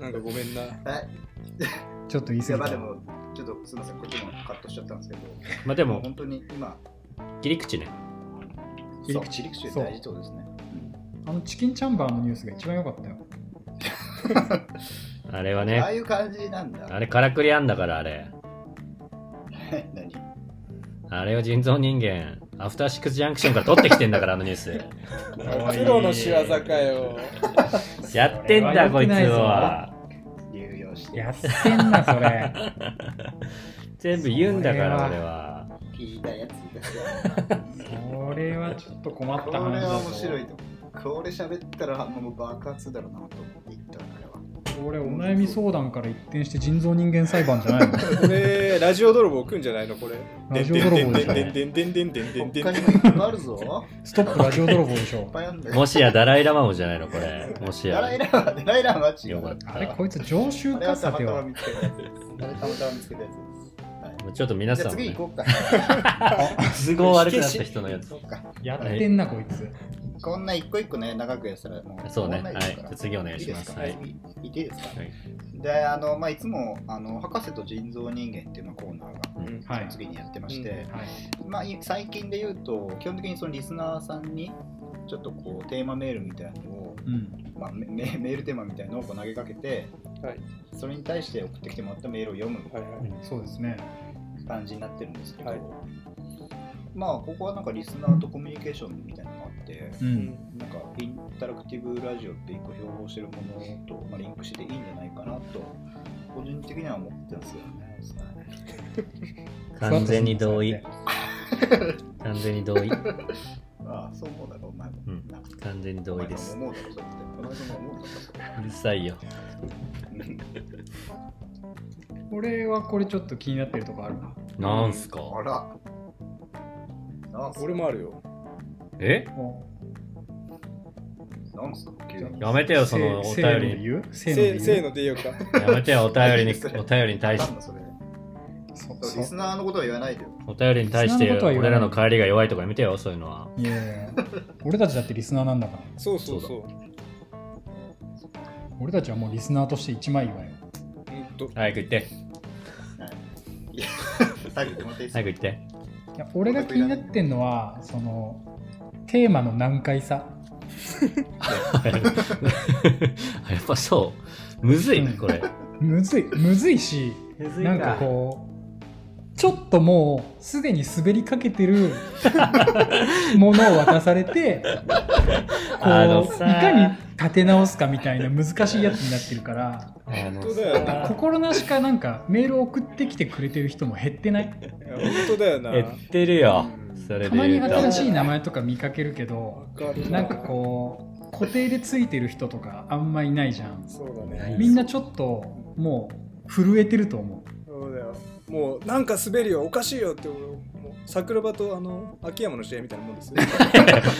Speaker 4: なんかごめんな
Speaker 2: はい。
Speaker 3: ちょっと言い
Speaker 2: い
Speaker 3: 過
Speaker 2: や
Speaker 3: ぎ
Speaker 2: まあで
Speaker 3: た
Speaker 2: も、ちょっとすみません、こっちもカットしちゃったんですけど、
Speaker 5: まあで
Speaker 2: で
Speaker 5: も
Speaker 2: 本当に今、
Speaker 5: 切り口ね
Speaker 3: 切り口
Speaker 2: そう切り口って大事ってことですね。
Speaker 3: あのチキンチャンバーのニュースが一番良かったよ
Speaker 5: あれは
Speaker 2: ああ
Speaker 5: ね
Speaker 2: いう感じなんだ。
Speaker 5: あれからくりあんだからあれ
Speaker 2: 何
Speaker 5: あれを人造人間アフターシックスジャンクションから取ってきてんだからあのニュース
Speaker 4: プロの仕業かよ
Speaker 5: やってんだ
Speaker 3: そ
Speaker 5: こ
Speaker 3: れ
Speaker 5: いつ
Speaker 3: は良くないぞ
Speaker 5: は
Speaker 2: 流用して。
Speaker 3: やってんなそれ
Speaker 5: 全部言うんだから
Speaker 3: それ
Speaker 5: 俺は
Speaker 2: 聞いたやつですよ。
Speaker 3: それはちょっと困っ
Speaker 2: こ
Speaker 3: た話
Speaker 2: れ
Speaker 3: だ
Speaker 2: は
Speaker 3: ぞ
Speaker 2: 面白いと思う。 これ喋ったらもう爆発するだろうなと思って言ったあれは。
Speaker 3: これお悩み相談から一転して人造人間裁判じゃないの
Speaker 4: これラジオ泥棒来んじゃないのこれ
Speaker 3: ラジオ泥棒で
Speaker 4: で
Speaker 3: しょ
Speaker 4: んでんでんでんでんでんでんで
Speaker 2: 他
Speaker 4: ん
Speaker 2: にもいっぱいある ぞ。
Speaker 3: ストップラジオ泥棒でし
Speaker 2: い
Speaker 3: ょ
Speaker 2: っぱいあるんだよ。
Speaker 5: もしやダライラマもじゃないのこれ。もし
Speaker 2: ダ
Speaker 5: や
Speaker 2: ラ。イラマ、ダライラマは違う。
Speaker 5: よかっ
Speaker 3: あれ
Speaker 5: た。
Speaker 3: こいつ常習
Speaker 2: あれは
Speaker 3: か
Speaker 2: た
Speaker 3: さ
Speaker 2: ま
Speaker 3: て
Speaker 2: たま
Speaker 3: は
Speaker 2: 見つけたやつです。あれたまたま見つけたやつです。
Speaker 5: ちょっと皆
Speaker 2: はい。じ
Speaker 5: さ
Speaker 2: ゃあ
Speaker 5: んも、
Speaker 2: 次
Speaker 5: ね
Speaker 2: 行、こうか。
Speaker 5: 都合悪くなった人のやつ。
Speaker 2: そうか。
Speaker 3: やってんなこいつ
Speaker 2: こんな一個一個ね、長くやったらもう、
Speaker 5: そうね。は
Speaker 2: 終わん
Speaker 5: い。
Speaker 2: ない
Speaker 5: じゃ
Speaker 2: ですから
Speaker 5: あ次お願い
Speaker 2: いい
Speaker 5: し
Speaker 2: で
Speaker 5: ますす。
Speaker 2: か、
Speaker 5: はい。
Speaker 2: い、いていいですか、
Speaker 5: はい
Speaker 2: であの、まあ、いつもあの「博士と人造人間」っていうまあコーナー
Speaker 5: うん
Speaker 2: が
Speaker 3: はい
Speaker 2: 次にやってまして、
Speaker 3: はい
Speaker 2: まあ、い最近で言うと基本的にそのリスナーさんにちょっとこうテーマメールみたいなのを、
Speaker 3: うん
Speaker 2: まあ、メメメールテーマみたいなのをこう投げかけて、
Speaker 4: はい
Speaker 2: それに対して送ってきてもらったメールを読む
Speaker 4: はいはい
Speaker 3: そうですね
Speaker 2: 感じになってるんですけど、
Speaker 4: はい
Speaker 2: まあここはなんかリスナーとコミュニケーションみたいなのがあって。
Speaker 3: う
Speaker 4: うんん
Speaker 2: なんかインタラクティブラジオって一個標榜してるものと、まあ、リンクしていいんじゃないかなと個人的には思ってますよね。
Speaker 5: 完全に同意。完全に同意。
Speaker 2: ああ、そう思うだろう、お前も。
Speaker 5: うん
Speaker 2: なんか
Speaker 5: 完全に同意です。
Speaker 2: お前も思うだろう、それって。お前も思うだろう、それ
Speaker 5: うるさいよ。
Speaker 2: って。
Speaker 3: 俺はこれちょっと気になってるとこあるな
Speaker 5: なんすか
Speaker 2: あら。なんす
Speaker 4: 俺もあるよ。
Speaker 5: え
Speaker 3: お
Speaker 2: なんすか、急に。
Speaker 5: やめてよ、そのお
Speaker 3: せー
Speaker 5: 便り
Speaker 3: ので
Speaker 5: に。
Speaker 3: 言うせ
Speaker 4: せ
Speaker 3: ーので
Speaker 4: せー
Speaker 3: 言う
Speaker 4: ので言うか。
Speaker 5: やめてよ、お 便りに、お便りに対し
Speaker 2: なん
Speaker 5: て、
Speaker 2: だそれ。
Speaker 3: そう
Speaker 2: そうリスナーのことは言わないでよ。
Speaker 5: お便りに対し
Speaker 3: そんな
Speaker 5: て、
Speaker 3: ことは言わな
Speaker 5: 俺
Speaker 3: い
Speaker 5: らの帰りが弱いとかやめてよ、そういうのは。
Speaker 3: いやいやいや俺たちだってリスナーなんだから
Speaker 4: そうそうそう。
Speaker 3: 俺たちはもうリスナーとして一枚岩よ
Speaker 4: うんと、
Speaker 5: 早く言って、
Speaker 2: いや、最後言ってもらっていいですか
Speaker 5: 早く言って。
Speaker 3: いや俺が気になってんのはそのテーマの難解さ
Speaker 5: あやっぱそう。むずいね、これ。
Speaker 3: むずいむずいし
Speaker 5: むず
Speaker 3: なんかこうちょっともうすでに滑りかけて るものを渡されてこ
Speaker 5: あの
Speaker 3: うい
Speaker 5: さ
Speaker 3: かに立て直すかみたいな難しいやつになってるから
Speaker 5: あの
Speaker 4: 本当だ よな。
Speaker 3: 心なしかなんかメールを送ってきてくれてる人も減ってない
Speaker 4: いや本当だよな。
Speaker 5: 言ってるよ。それ
Speaker 3: た
Speaker 5: で
Speaker 3: まに
Speaker 5: 言う
Speaker 3: 新
Speaker 5: と。
Speaker 3: しい名前とか見かけるけど
Speaker 4: わる
Speaker 3: なんかこう固定でついてる人とかあんまいないじゃん
Speaker 4: そうだ
Speaker 5: な
Speaker 4: ね
Speaker 5: い。
Speaker 3: みんなちょっともう震えてると思う
Speaker 4: そうだよ。もうなんか滑るよ、おかしいよって俺、もう桜庭とあの秋山の試合みたいなもんですよ。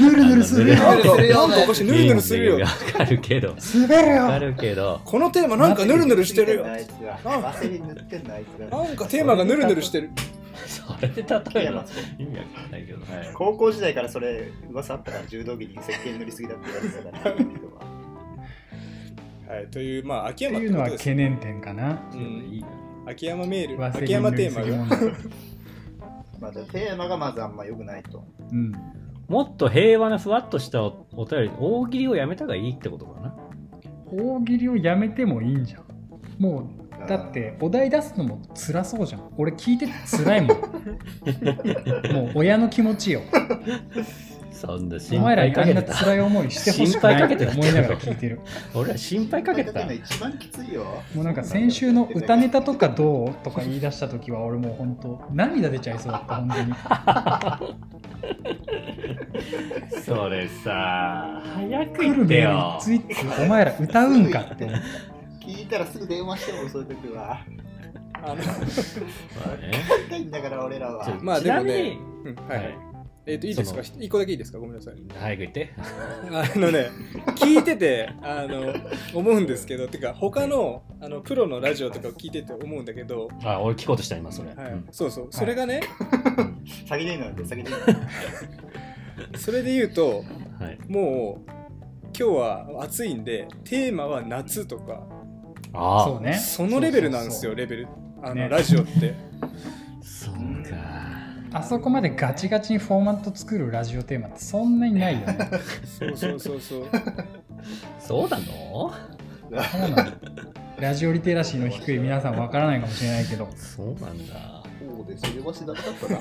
Speaker 3: ぬるぬるするよ
Speaker 5: あ
Speaker 4: なん
Speaker 5: の
Speaker 4: か
Speaker 2: 滑るよ
Speaker 4: なんかおかしい、ぬるぬるするよ
Speaker 5: わ。かるけど。
Speaker 3: 滑る
Speaker 5: わか
Speaker 3: よ
Speaker 5: るけど。
Speaker 4: このテーマなんかぬるぬるしてるよ。
Speaker 2: あいつが。ワセリン塗ってんだ、あいつが。
Speaker 4: なんかテーマがぬるぬるしてる。
Speaker 5: それで例
Speaker 2: い
Speaker 5: え
Speaker 2: や
Speaker 5: る
Speaker 2: まあ
Speaker 5: の意味わかんないけど。はい
Speaker 2: 高校時代からそれ噂あったから柔道着に石鹸塗りすぎだって言われてたから、人は
Speaker 4: はい、という、まあ秋
Speaker 3: って
Speaker 4: 山っ
Speaker 3: い
Speaker 4: て
Speaker 3: うの
Speaker 4: こ
Speaker 3: は
Speaker 4: とです
Speaker 3: 懸
Speaker 4: ね。
Speaker 3: 念点かな
Speaker 4: うん
Speaker 5: いいな
Speaker 4: 秋山メール、
Speaker 3: 忘れ
Speaker 4: 秋山テーマ
Speaker 3: 物
Speaker 4: が。
Speaker 3: だ
Speaker 2: まあ、じゃあテーマがまずあんま良くないと。
Speaker 3: うん
Speaker 5: もっと平和なふわっとしたおお便り、大喜利をやめた方がいいってことかな。
Speaker 3: 大喜利をやめてもいいんじゃんもうだってお題出すのも辛そうじゃん俺聞いてて辛いもんもう親の気持ちよ
Speaker 5: そんな
Speaker 3: お
Speaker 5: 心
Speaker 3: 前ら
Speaker 5: 配
Speaker 3: あ
Speaker 5: かけ
Speaker 3: ん
Speaker 5: て
Speaker 3: な
Speaker 5: た。
Speaker 3: 辛い思いしてほしくないって思いながら聞いてる
Speaker 5: 俺ら心配かけてた
Speaker 2: る。の一番きついよ。
Speaker 3: もうなんか先週の歌ネタとかどうとか言い出した時は俺もう本当涙出ちゃいそうだった本当に
Speaker 5: それさ、早く
Speaker 3: 来
Speaker 5: 言
Speaker 3: る
Speaker 5: って
Speaker 3: メール
Speaker 5: よ
Speaker 3: に。ついてお前ら歌うんかって思う
Speaker 2: 聞いたらすぐ電話してもそういう時は。
Speaker 4: あ
Speaker 5: ま
Speaker 4: の
Speaker 5: あね
Speaker 2: 高いんだから俺らは
Speaker 5: ち。ょ
Speaker 4: まあ
Speaker 5: ちなみ
Speaker 4: で
Speaker 5: に、
Speaker 4: うんは。
Speaker 5: はいい、
Speaker 4: えっと、いいですか
Speaker 5: そ
Speaker 4: 一個だけいいですかごめんなさい。
Speaker 5: 早く言って。
Speaker 4: あのね、聞いてて、あの、思うんですけど、てか、他の、あの、プロのラジオとかを聞いてて思うんだけど、
Speaker 5: あ、俺聞こうとした今それ。
Speaker 4: はい
Speaker 5: うん
Speaker 4: そうそう、それがね、
Speaker 2: 先になんで先に。
Speaker 4: それで言うと、
Speaker 5: はい。
Speaker 4: もう、今日は暑いんで、テーマは夏とか、
Speaker 5: ああ、
Speaker 3: そうね
Speaker 4: そのレベルなんですよ、
Speaker 3: そう
Speaker 4: レベル。あの、
Speaker 3: ね
Speaker 4: ラジオって。
Speaker 5: そうか。
Speaker 3: そうそうあそこまでガチガチにフォーマット作るラジオテーマってそんなにないよね
Speaker 4: そうそうそうそう。
Speaker 5: そうなの
Speaker 3: そうなのラジオリテラシーの低い皆さんわからないかもしれないけど
Speaker 5: そうなんだ。
Speaker 2: そうです。呼ばせだったかな。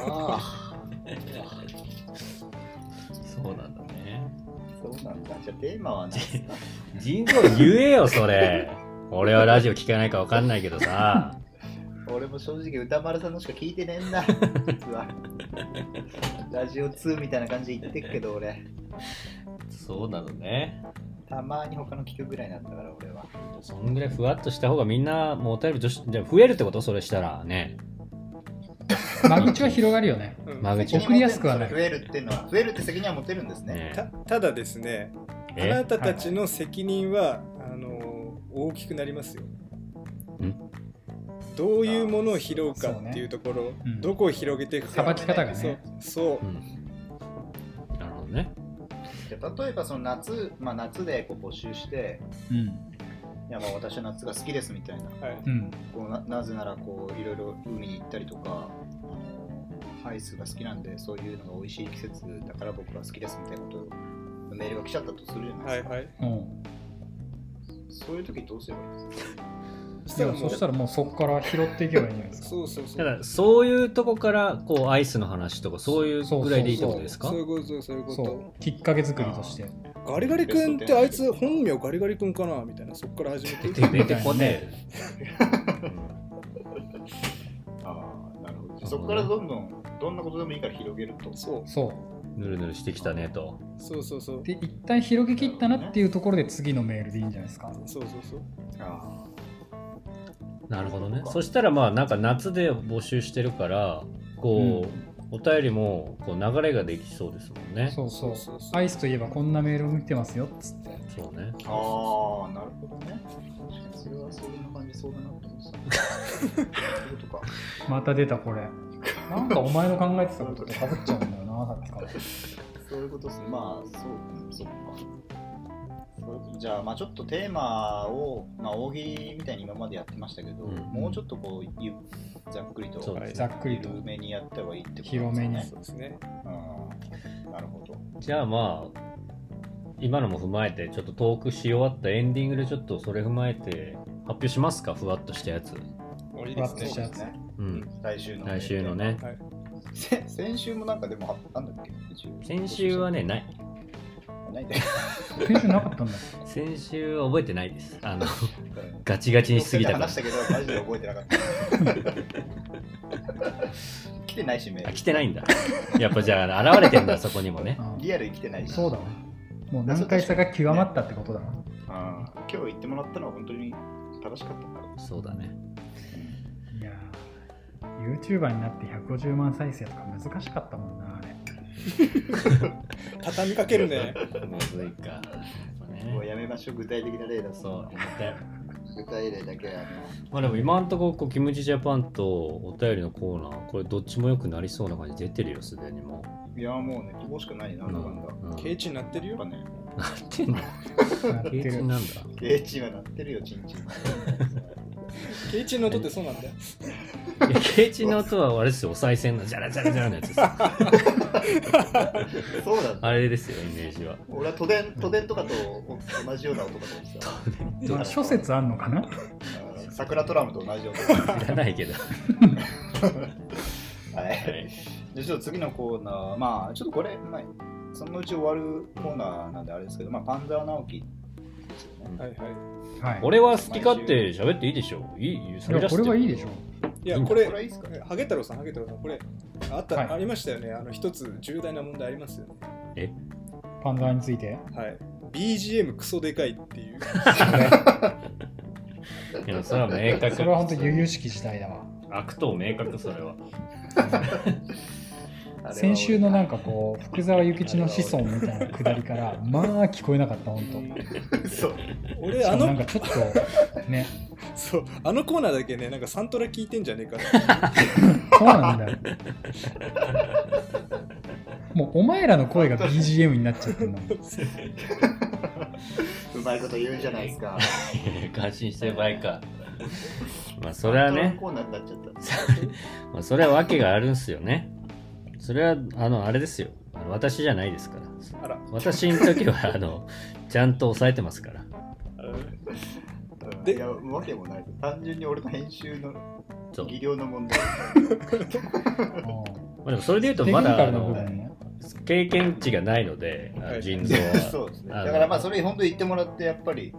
Speaker 5: そうなんだね。
Speaker 2: そうなんだ。じゃあテーマ は何ですか
Speaker 5: 人造言えよ、それ。俺はラジオ聞かないかわかんないけどさ。
Speaker 2: 俺も正直歌丸さんのしか聞いてねえんだ。実は。ラジオ2みたいな感じで言ってっけど俺。
Speaker 5: そうなのね。
Speaker 2: たまに他の聞くぐらいなんだから俺は。
Speaker 5: そんぐらいふわっとした方がみんな、もうお便り女子、じゃあ増えるってことそれしたらね。
Speaker 3: 間口は広がるよね
Speaker 4: うん
Speaker 5: 間口。
Speaker 3: 送りやすくはない
Speaker 2: 責任持てるそれ増えるっていうのは、増えるって責任は持てるんですね。
Speaker 5: ね
Speaker 4: たただですね、あ
Speaker 5: え
Speaker 4: なたたちの責任は、あの大きくなりますよ
Speaker 5: ん。
Speaker 4: どういうものを拾うかっていうところ、
Speaker 3: うん
Speaker 4: どこを広げていくか
Speaker 3: さばき方がね
Speaker 4: そうそう
Speaker 5: うん。なるほどね。
Speaker 2: じゃあ例えばその夏、まあ、夏でこう募集して、
Speaker 3: うん
Speaker 2: いやまあ私は夏が好きですみたいな、
Speaker 4: はい
Speaker 3: うん
Speaker 2: こうななぜならこういろいろ海に行ったりとか、あのアイスが好きなんで、そういうのが美味しい季節だから僕は好きですみたいなことをメールが来ちゃったとするじゃないで
Speaker 4: は
Speaker 2: す
Speaker 4: い
Speaker 2: か。
Speaker 4: はい。
Speaker 3: うん
Speaker 2: そういう時どうすればいいですか
Speaker 4: そし
Speaker 3: い
Speaker 4: たら
Speaker 3: や
Speaker 4: も、
Speaker 3: そうしたらもうそこから拾っていけばいいんじゃないですか
Speaker 4: そうそうそう。
Speaker 5: だからそういうとこからこうアイスの話とかそういうぐらいでいいってことですか
Speaker 4: そういうこと、そういう
Speaker 3: そ
Speaker 4: こ
Speaker 3: うきっかけ作りとして
Speaker 4: と。ガリガリ君ってあいつ本名ガリガリ君かなみたいな、そこから始めていく。
Speaker 5: 出てこね
Speaker 2: ああ、なるほど。そこからどんどん、どんなことでもいいから広げると。
Speaker 4: そう
Speaker 3: そう
Speaker 5: えぬるぬるしてきたねと
Speaker 4: そうそうそう。
Speaker 3: で一旦広げきったなっていうところで次のメールでいいんじゃないですか
Speaker 4: そうそうそう。
Speaker 2: あ
Speaker 5: なるほどねそしたらまあなんか夏で募集してるからこう、お便りもこう流れができそうですもんね
Speaker 3: そうそう
Speaker 4: そうそう
Speaker 3: アイスといえばこんなメールを見てますよっつって
Speaker 5: そうね
Speaker 2: あ、ああ、なるほどね。それはそんな感じそうだなと思ってた。そういうことか。
Speaker 3: また出たこれ なんかお前の考えてたこととかぶっちゃうんだよなさっきから
Speaker 2: そういうことっすね。まあ、そう、うんそっか。そういうことじゃあ、まあちょっとテーマを、まあ大喜利みたいに今までやってましたけど、
Speaker 5: うん
Speaker 2: もうちょっとこう、ゆざっくりと、
Speaker 5: そうですね
Speaker 3: ざっくりと
Speaker 2: 緩めにやった方がいいってこと
Speaker 3: 広めに
Speaker 2: です
Speaker 4: そうですね。
Speaker 2: ね。うんなるほど。
Speaker 5: じゃあまあ今のも踏まえてちょっとトークし終わったエンディングでちょっとそれ踏まえて発表しますかふわっとしたやつ
Speaker 4: もういい
Speaker 3: ふ
Speaker 4: で
Speaker 3: わ
Speaker 4: す
Speaker 3: っと
Speaker 4: ね
Speaker 3: し。たやつ
Speaker 2: そうですね
Speaker 5: うん
Speaker 2: 来週の。
Speaker 5: 来週のね
Speaker 4: はい。
Speaker 2: せ先週もなんかでもあったんだっけ一応
Speaker 5: 先週はねない
Speaker 2: ないんだ
Speaker 3: 先週なかったんだ
Speaker 5: 先週は覚えてないですあの
Speaker 2: けど
Speaker 5: ガチガチにしすぎたから
Speaker 2: 話したけどマジで覚えてなかった 来てないしメー
Speaker 5: あ
Speaker 2: ル
Speaker 5: 来てないんだやっぱじゃあ現れてんだそこにもね
Speaker 3: あ
Speaker 2: リアルに来てないし
Speaker 3: そうだわもう難解さが極まったってことだな
Speaker 2: あー今日言ってもらったのは本当に正しかったから
Speaker 5: そうだね
Speaker 3: いやー YouTuber になって150万再生とか難しかったもんなあれ
Speaker 4: 畳みかけるね。
Speaker 5: むずいか
Speaker 2: もうやめましょう具体的な例だ
Speaker 5: そう
Speaker 2: と
Speaker 5: 思ったよ
Speaker 2: 具体例だけあの
Speaker 5: まあでも今んとここうキムチジャパンとお便りのコーナーこれどっちも良くなりそうな感じ出てるよすでにも
Speaker 2: いやもうね乏しくないな
Speaker 5: う、
Speaker 2: んだか
Speaker 5: うん
Speaker 2: だ
Speaker 5: ん
Speaker 4: ケイチになってる
Speaker 2: やっぱ
Speaker 4: よ。
Speaker 2: ね
Speaker 5: なってんだ
Speaker 3: なって
Speaker 5: ケイチ
Speaker 3: る
Speaker 5: なんだ
Speaker 2: ケイチンはなってるよチンチン
Speaker 4: ケイチの音ってそうなんだよ。
Speaker 5: いやケイチの音はあれですよお賽銭のジャラジャラジャラのや つです
Speaker 2: そうだ
Speaker 5: あれですよイメージは
Speaker 2: 俺は都電都電とかと同じような音かと思ってた
Speaker 3: まあ諸説あんのかな
Speaker 2: あの桜トラムと同じような。
Speaker 5: いらないけど、は
Speaker 2: はい。
Speaker 5: い、
Speaker 2: で、ちょっと次のコーナー、まあ、ちょっとこれ、まあ、そのうち終わるコーナーなんであれですけど、まあ、パンザー直樹ですよね。
Speaker 4: はいはい。
Speaker 3: はい
Speaker 5: 俺は好き勝手喋っていいでしょいい
Speaker 3: いやこれはいいでしょ
Speaker 4: いや、
Speaker 5: うん
Speaker 4: こ
Speaker 2: これいい
Speaker 4: れ
Speaker 2: っすか、
Speaker 4: ハゲ太郎さん、ハゲ太郎さん、これ、あった、
Speaker 3: はい
Speaker 4: ありましたよね。あの、一つ重大な問題ありますよね。
Speaker 3: パンダについて
Speaker 4: はい。BGM クソでかいっていう。
Speaker 5: いやそれは明確
Speaker 3: それは本当悠々しき時代だわ
Speaker 5: 悪党明確それは
Speaker 3: 先週のなんかこう福沢諭吉の子孫みたいなくだりからまあ聞こえなかった本
Speaker 2: そう。
Speaker 4: 俺、
Speaker 3: 当し
Speaker 4: あ
Speaker 3: かもなん
Speaker 4: の
Speaker 3: か、ちょっとね
Speaker 4: そう、あのコーナーだけね、なんかサントラ聞いてんじゃねえか
Speaker 3: そうなんだよもうお前らの声が BGM になっちゃってるの
Speaker 2: うまいこと言うんじゃないですか。
Speaker 5: 感心してる場合かまあそれはね、
Speaker 2: コーナーになっちゃった。
Speaker 5: まあ、それは訳があるんすよねそれはあのあれですよあの私じゃないですから
Speaker 4: な。あら、
Speaker 5: 私の時はあのちゃんと抑えてますから
Speaker 2: うん
Speaker 4: で
Speaker 2: いや、わけもない。単純に俺の編集の
Speaker 5: そう、
Speaker 2: 技量の問題。
Speaker 5: まあ、でもそれで言う
Speaker 3: テ
Speaker 5: と
Speaker 3: ク ニ
Speaker 5: まだ
Speaker 3: カ
Speaker 5: あ
Speaker 3: ルな部
Speaker 5: の
Speaker 3: 分ね
Speaker 5: 経験値がないのであの腎臓 は
Speaker 2: そうですね。
Speaker 5: あの
Speaker 2: だからまあ、それ本当に言ってもらって、やっぱり、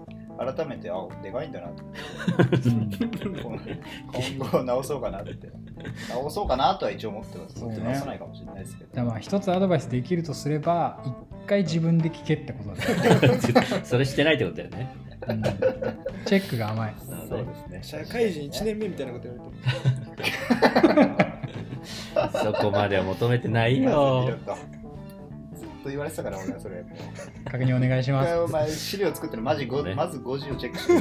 Speaker 2: 改めて、あ、でかいんだなと。
Speaker 3: うん
Speaker 2: 今後直そうかなって。直そうかなとは一応思ってます。
Speaker 3: そうね
Speaker 2: 直さないかもしれないですけど。
Speaker 3: だからまあ一つアドバイスできるとすれば一回自分で聞けってことだよ、
Speaker 5: それしてないってことだよね
Speaker 3: うんチェックが甘い
Speaker 2: そうですね。
Speaker 4: 社会人1年目みたいなこと言われてる。
Speaker 5: そこまでは求めてない
Speaker 2: ず
Speaker 5: よ
Speaker 2: っとずっ と言われてたから俺はそれ。
Speaker 3: 確認お願いし
Speaker 2: 一
Speaker 3: ま
Speaker 2: 回
Speaker 3: す
Speaker 2: お前資料作ってるのマジご
Speaker 5: ね
Speaker 2: まず50をチェックしてる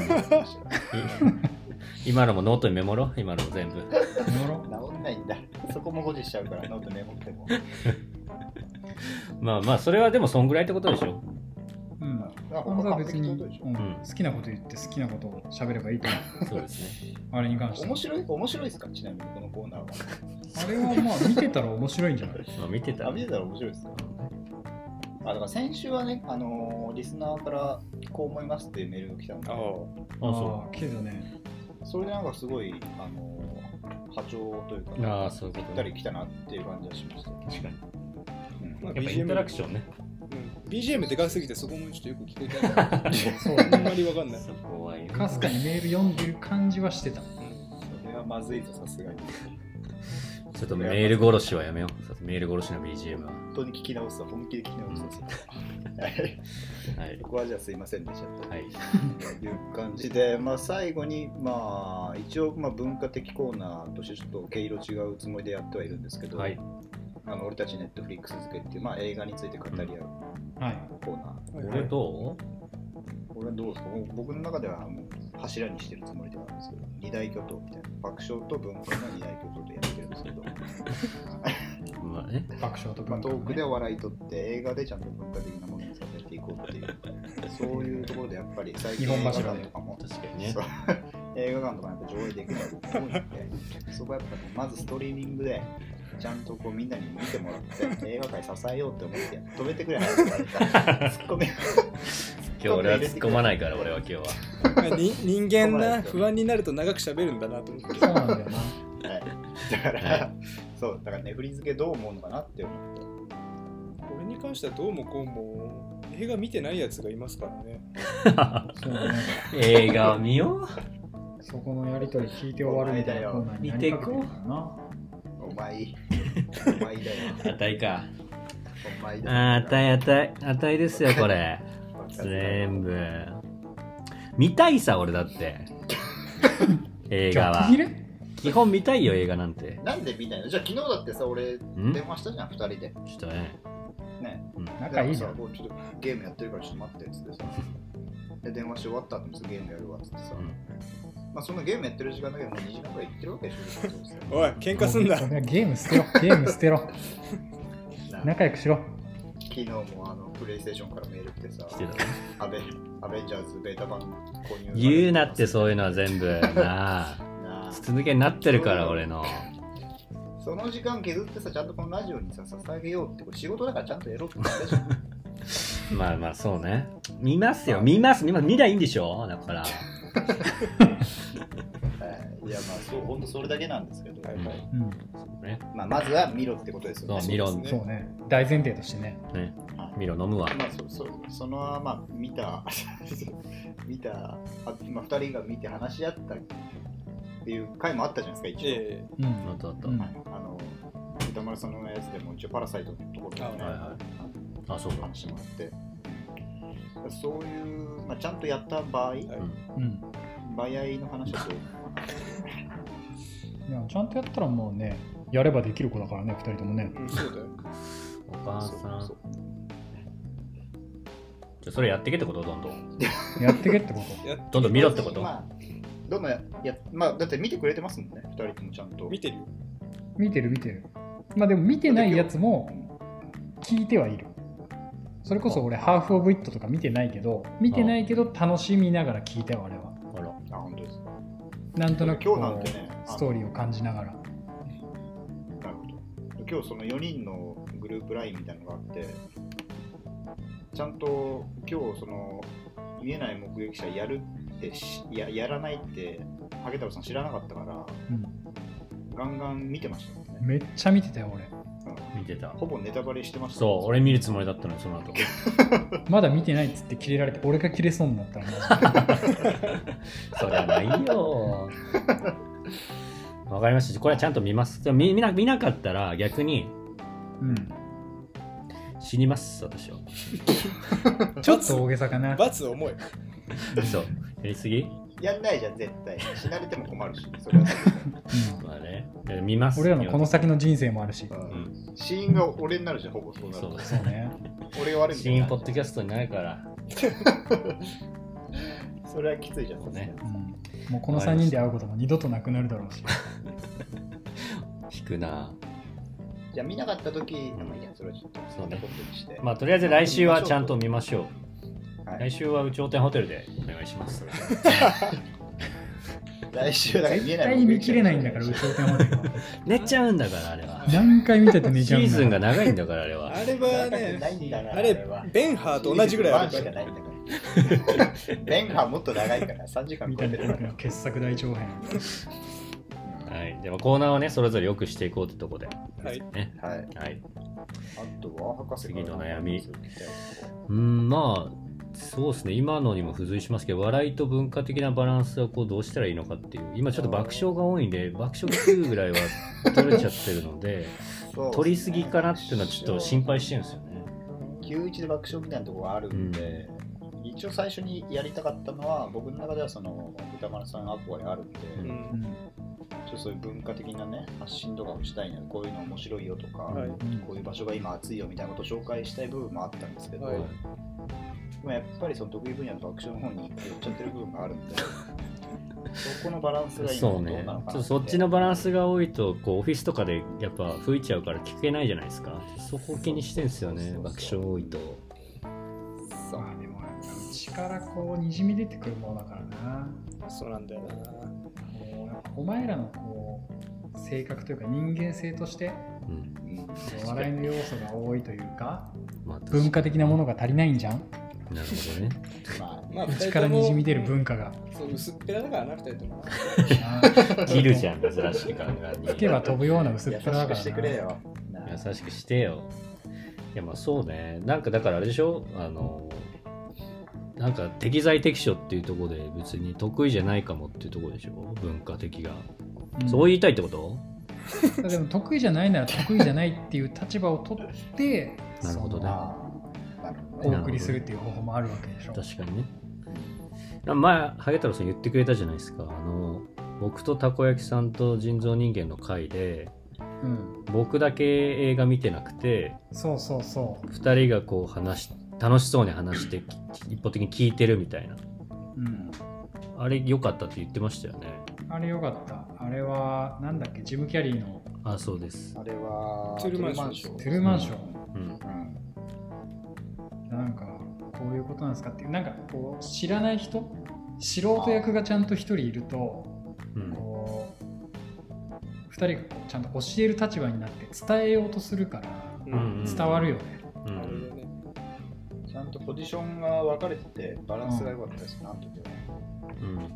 Speaker 5: い今のもノートにメモろ今のも全部
Speaker 3: おもろ
Speaker 2: 治んないんだ。そこも保持しちゃうからノートメモっても。
Speaker 5: まあまあ、それはでもそんぐらいってことでしょ。
Speaker 3: うん
Speaker 2: あ
Speaker 3: 本当は別に、
Speaker 2: 完璧ってこ
Speaker 3: う
Speaker 2: とでしょ
Speaker 3: ん、好きなこと言って好きなことを喋ればいいと思う。
Speaker 5: そうですね。
Speaker 3: あれに関しては
Speaker 2: 面。白い面白いですかちなみにこのコーナーは。
Speaker 3: あれはまあ見てたら面白いんじゃない
Speaker 5: まあ、見てた
Speaker 2: あ
Speaker 5: ら
Speaker 2: 見
Speaker 5: ね、
Speaker 2: てたら面白いですかあだから先週はね、あのーリスナーからこう思いますっていうメールが来たんで
Speaker 4: あ、
Speaker 5: あそ
Speaker 3: ああ、けどね。
Speaker 2: それでなんかすごい、あのー波長というか、
Speaker 5: う。ああ、そういうこ
Speaker 2: ぴっ
Speaker 5: と
Speaker 2: た
Speaker 5: ね。
Speaker 2: り来たなっていう感じがしました。
Speaker 5: 確かに。
Speaker 2: うん
Speaker 4: まあ
Speaker 5: やっぱインタラクションね。
Speaker 4: うん、BGM でかすぎてそこもちょっとよく聞こえてない
Speaker 3: そう
Speaker 4: あんまりわかんない
Speaker 5: そこはよ
Speaker 3: かすかにメール読んでる感じはしてた。
Speaker 2: それはまずいとさすがに。
Speaker 5: ちょっとメール殺しはやめよう。メール殺しの BGM は。
Speaker 2: 本当に聞き直すわ、本気で聞き直すわ。 それははい
Speaker 5: はい。
Speaker 2: 僕はじゃあすいませんでしたと
Speaker 5: はい。
Speaker 2: いう感じで、まあ、最後に、まあ、一応、まあ、文化的コーナーとしてちょっと毛色違うつもりでやってはいるんですけど、
Speaker 5: はい。
Speaker 2: あの俺たちネットフリックス付けっていう、まあ、映画について語り合う
Speaker 3: はい。
Speaker 2: コーナー。
Speaker 4: はい
Speaker 5: こ
Speaker 4: はい
Speaker 5: れどう
Speaker 2: これはどうですかもう僕の中ではもう柱にしてるつもりではあるんですけど、二大巨頭みたいな、爆笑と文化の二大巨頭でやってるんです けど、
Speaker 5: まあね。
Speaker 3: 爆笑と
Speaker 2: まあ、
Speaker 3: 文化
Speaker 2: ト
Speaker 3: ね、
Speaker 2: ークでお笑いとって、映画でちゃんと文化的なものにさせていこうっていう、そういうところでやっぱり最近
Speaker 3: 日本
Speaker 2: 映画
Speaker 3: 柱
Speaker 2: 館
Speaker 3: で
Speaker 2: とかも、
Speaker 5: 確かにね
Speaker 2: そ。う 映画館とかやっぱ上映できないことが多いんで、そこはやっぱねまずストリーミングで、ちゃんとこうみんなに見てもらって、映画界支えようって思って、止めてく れないから、ツッコミ
Speaker 5: 今日俺は突っ込まないから、俺は今日は。
Speaker 4: まあに人間な不安になると長く喋るんだなと思って
Speaker 3: そうなんだよな。
Speaker 2: はい、だから、
Speaker 5: は
Speaker 2: そう、だからね、振り付けどう思うのかなって思って。
Speaker 4: 俺に関してはどうもこうも映画見てないやつがいますからね
Speaker 3: そうね。
Speaker 5: 映画を見よう。
Speaker 3: そこのやりとり聞いて終わるみたいなコーナーになりかけてるからな。
Speaker 2: お前、お前だよ。
Speaker 5: あたいか。
Speaker 2: お前だよ。
Speaker 5: あたいあたい。あたいですよ、これ。全部。見たいさ、俺だって。映画は
Speaker 3: 逆。切れ
Speaker 5: 基本見たいよ、映画なんて。
Speaker 2: なんで見ないのじゃあ昨日だってさ、俺、
Speaker 5: んちょ
Speaker 2: 電話したじゃん、二人で。
Speaker 5: っとね。
Speaker 2: ね。
Speaker 3: 仲いいじゃ
Speaker 2: で
Speaker 3: ん。
Speaker 2: もさこうちょっとゲームやってるからちょっと待ってっつっ てさ。で、電話し終わった後もさゲームやるわっつってさ。まあ、そんなゲームやってる時間だけでもう2時間ぐらい行ってるわけでしょ。どうせ
Speaker 4: おい喧嘩すんな
Speaker 3: もうゲーム捨てろ。ゲーム捨てろ。
Speaker 2: な
Speaker 3: 仲良くしろ。
Speaker 2: 昨日もあの、プレイステーションからメール来てさ、
Speaker 5: 来てたね
Speaker 2: アベアベンジャーズベータ版購入。
Speaker 5: 言うなって、そういうのは全部。なあ。
Speaker 2: なあ
Speaker 5: 筒抜けになってるから、俺の。
Speaker 2: その時間削ってさ、ちゃんとこのラジオにさ、捧げようって、これ仕事だからちゃんとやろうって言っ たじゃん。
Speaker 5: まあまあ、そうね。見ますよ、見ます。見ます。見りゃいいんでしょだから。
Speaker 2: はいいや、まあ、そう、ほんとそれだけなんですけど、
Speaker 4: はいはい
Speaker 3: うん。
Speaker 5: ね。
Speaker 2: まあ、まずは見ろってことですよね。
Speaker 5: そう見ろ
Speaker 2: ですね
Speaker 3: そうね。大前提としてね。
Speaker 5: ね。
Speaker 2: はい
Speaker 5: 見ろ、飲むわ。
Speaker 2: まあ、そそそのまあ、見た、 見た、あ今、2人が見て話し合ったっていう回もあったじゃないですか、一応。
Speaker 4: え
Speaker 3: う
Speaker 5: あ
Speaker 3: ん。
Speaker 5: とあと。
Speaker 3: う
Speaker 5: はい
Speaker 3: ん
Speaker 2: はい、あの歌丸さんのやつでも一応パラサイトのところで、ね
Speaker 4: はい
Speaker 5: はい。あ、そうか。
Speaker 2: 話してもらってそういう、まあ、ちゃんとやった場合
Speaker 5: うん
Speaker 3: うん。
Speaker 2: 場合の話だと
Speaker 3: いやちゃんとやったらもうね、やればできる子だからね、2人ともね
Speaker 4: え。うんそうだよ
Speaker 5: お母
Speaker 2: そう
Speaker 5: さん
Speaker 2: そ。
Speaker 5: じゃあそれやってけってことどんどん。
Speaker 3: やってけってこと。
Speaker 5: どんどん見ろってこと
Speaker 2: まあ、どんどんやや、まあ、だって見てくれてますもんね、二人ともちゃんと。
Speaker 4: 見てるよ
Speaker 3: 見てる見てる。まあでも見てないやつも聞いてはいる。それこそ俺、ハーフ・オブ・イットとか見てないけど、見てないけど楽しみながら聞いたよ、俺は。
Speaker 5: あら。
Speaker 2: あ、本当ですか。
Speaker 3: なんとなく
Speaker 2: 今日なん
Speaker 3: こ
Speaker 2: てね、
Speaker 3: う、ストーリーを感じながら。
Speaker 2: あのなるほど。今日その4人のグループラインみたいなのがあって、ちゃんと今日その見えない目撃者やるってしや、やらないって、ハゲ太郎さん知らなかったから、
Speaker 3: うん。
Speaker 2: ガンガン見てましたもんね。
Speaker 3: めっちゃ見てたよ、俺。
Speaker 5: 見てた。
Speaker 2: ほぼネタバレしてました
Speaker 5: そう、
Speaker 2: もんね、
Speaker 5: 俺見るつもりだったのよ、その後。
Speaker 3: まだ見てないっつってキレられて、俺がキレそうになったら、
Speaker 5: そりゃない よ。わかりました。これはちゃんと見ます。でも見見な見なかったら逆に
Speaker 3: うん。
Speaker 5: 死にます、私 は。
Speaker 3: ちょっと大げさかな。
Speaker 4: 罰重い
Speaker 5: そう。やりすぎ
Speaker 2: やんないじゃん、絶対。死なれても困るし、それはそう
Speaker 3: うん
Speaker 5: まあね。いや見ます。
Speaker 3: 俺らのこの先の人生もあるし。
Speaker 2: だよ。
Speaker 5: うん。
Speaker 2: 死因が俺になるじゃん、ほぼそうなる
Speaker 5: そ
Speaker 2: と
Speaker 5: う。
Speaker 3: そうね。
Speaker 2: 俺が悪いみた
Speaker 5: シ
Speaker 2: い
Speaker 5: ー
Speaker 2: な
Speaker 5: ンポッドキャストになるから。
Speaker 2: それはきついじゃん、
Speaker 5: そうね
Speaker 3: うん。もうこの3人で会うことも二度となくなるだろうし。
Speaker 5: 引くな
Speaker 2: じゃあ見なかった時でもいいや、それはちょっとそんなことにして。
Speaker 5: まあとりあえず来週はちゃんと見ましょう。
Speaker 2: は
Speaker 5: 来
Speaker 2: い、
Speaker 5: 週は有頂天ホテルでお願いし ます。
Speaker 2: 来週だから見え
Speaker 3: 絶
Speaker 2: ない
Speaker 3: 対に見切れないんだから、
Speaker 2: う
Speaker 3: 宇宙天までは。
Speaker 5: 寝ちゃうんだからあれは。
Speaker 3: 何回見てて寝
Speaker 5: シ
Speaker 3: ちゃうんだ
Speaker 5: ーズンが長いんだからあれは
Speaker 4: あ。れはね、
Speaker 2: んだな
Speaker 4: あれ、ベンハーと同じぐらいあ
Speaker 2: あ
Speaker 4: るか。
Speaker 2: しからないんだから。ベンハーもっと長いから、3時間
Speaker 3: 見
Speaker 2: 超
Speaker 3: た
Speaker 2: え
Speaker 3: い
Speaker 2: て
Speaker 3: な
Speaker 2: るか
Speaker 3: 僕
Speaker 2: ら
Speaker 3: の。傑作大長編。
Speaker 5: はい。でもコーナーをねそれぞれ良くしていこうってとこで。
Speaker 4: はい。
Speaker 5: ね。
Speaker 2: はい。
Speaker 5: はい。
Speaker 2: あとは、博士が
Speaker 5: 次の悩みうんまあそうですね今のにも付随しますけど笑いと文化的なバランスはこうどうしたらいいのかっていう今ちょっと爆笑が多いんで爆笑9ぐらいは取れちゃってる ので
Speaker 2: そう
Speaker 5: 取りすぎかなっていうのはちょっと心配してるんですよね。
Speaker 2: 91で爆笑みたいなところがあるんで、一応最初にやりたかったのは、僕の中ではその歌丸さん憧れがあるんで、
Speaker 5: うん
Speaker 4: うん
Speaker 3: うん
Speaker 2: ちょっとそういう文化的なね、発信とかをしたいな、こういうの面白いよとか、
Speaker 4: はい
Speaker 2: こういう場所が今熱いよみたいなことを紹介したい部分もあったんですけど、
Speaker 4: はい
Speaker 2: でもやっぱりその得意分野の爆笑の方に寄っちゃってる部分があるんで、そこのバランスが今
Speaker 5: そ
Speaker 2: ど
Speaker 5: う
Speaker 2: うな
Speaker 5: ね
Speaker 2: のかなて
Speaker 5: ちょっとそっちのバランスが多いとこうオフィスとかでやっぱ吹いちゃうから聞けないじゃないですかそこを気にしてんですよね
Speaker 2: そうそう
Speaker 5: 爆
Speaker 2: そう
Speaker 5: 笑多いと
Speaker 2: そう
Speaker 3: まあでもなんか内からこうにじみ出てくるものだからな
Speaker 4: そうなんだよな。
Speaker 3: こうやっぱお前らのこう性格というか人間性として
Speaker 5: うん
Speaker 2: うん
Speaker 3: お笑いの要素が多いというか
Speaker 5: まあ
Speaker 3: 文化的なものが足りないんじゃん
Speaker 5: なるほどね
Speaker 2: まあ
Speaker 4: まあ、二
Speaker 3: 内
Speaker 4: 人
Speaker 3: か
Speaker 4: と
Speaker 3: らにじ
Speaker 4: も
Speaker 3: み出る文化が
Speaker 4: そう薄っぺらだからな、二人とも。
Speaker 5: 切るじゃん珍しい考えに
Speaker 3: 吹けば飛ぶような薄っ
Speaker 2: 優
Speaker 3: ぺ
Speaker 2: し
Speaker 3: らだか
Speaker 2: く
Speaker 3: ら
Speaker 2: してくれよ。なあ
Speaker 5: 優しくしてよいやまあそうねなんかだからあれでしょあのなんか適材適所っていうところで別に得意じゃないかもっていうところでしょ文化的が、
Speaker 3: な
Speaker 5: そう言いたいってこと
Speaker 3: うんでも得意じゃないなら得意じゃないっていう立場を取って
Speaker 5: なるほどね
Speaker 2: ああなるほ
Speaker 3: そ
Speaker 2: ど
Speaker 3: の
Speaker 2: ね
Speaker 3: お送りするっていう方法もあるわけでしょ
Speaker 5: 確かにねあ前ハゲ太郎さん言ってくれたじゃないですかあの僕とたこ焼きさんと人造人間の回で
Speaker 3: うん
Speaker 5: 僕だけ映画見てなくて
Speaker 3: そうそうそう
Speaker 5: 2人がこう話し楽しそうに話してき一方的に聞いてるみたいな
Speaker 3: うん
Speaker 5: あれ良かったって言ってましたよね
Speaker 3: あれよかったあれはなんだっけジム・キャリーの
Speaker 5: あそうです
Speaker 2: あれは、
Speaker 4: トゥルーマンショ
Speaker 2: ト
Speaker 4: ン
Speaker 3: ト
Speaker 2: ゥル
Speaker 3: ゥル
Speaker 2: ー
Speaker 3: ー
Speaker 2: マ
Speaker 3: マ
Speaker 2: ン
Speaker 3: ン
Speaker 2: シ
Speaker 3: シ
Speaker 2: ョ
Speaker 3: ョ
Speaker 2: ン
Speaker 3: ン。
Speaker 5: うん
Speaker 2: うん
Speaker 3: なんかこういうことなんですかっていうなんかこう知らない人素人役がちゃんと一人いると
Speaker 5: うん
Speaker 3: こう2人がこうちゃんと教える立場になって伝えようとするから
Speaker 4: う
Speaker 5: うん
Speaker 3: 伝わるよね、
Speaker 5: う
Speaker 4: なるほ
Speaker 5: ん
Speaker 4: どね。
Speaker 2: ちゃんとポジションが分かれてて、バランスが良かったですな、あの時は
Speaker 5: うん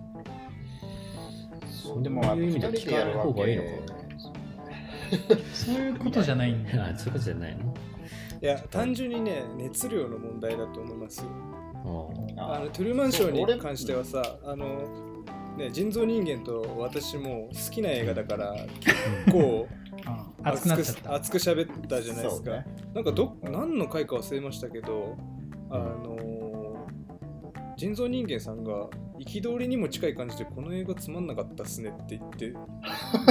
Speaker 2: そうでも、やっぱ二人でやるわ
Speaker 5: そういう意味で聞かない
Speaker 2: け
Speaker 5: 方が
Speaker 3: そういうことじゃないんだよ
Speaker 5: あそういうことじゃないの
Speaker 4: いや、単純にね、熱量の問題だと思いますよ。
Speaker 5: あ
Speaker 4: あ
Speaker 2: あ
Speaker 4: のトゥルーマンショ
Speaker 2: そう俺
Speaker 4: ーに関してはさ、あの、ね、人造人間と私も好きな映画だから、結
Speaker 3: う
Speaker 4: 構
Speaker 3: ん熱
Speaker 4: 熱
Speaker 3: くなっ
Speaker 4: く
Speaker 3: ちゃった
Speaker 4: 熱く喋ったじゃないですか。
Speaker 2: そうね
Speaker 4: なんかど、
Speaker 2: うん
Speaker 4: 何の回か忘れましたけど、あのー人造人間さんが憤りにも近い感じで、この映画つまんなかったっすねって言って、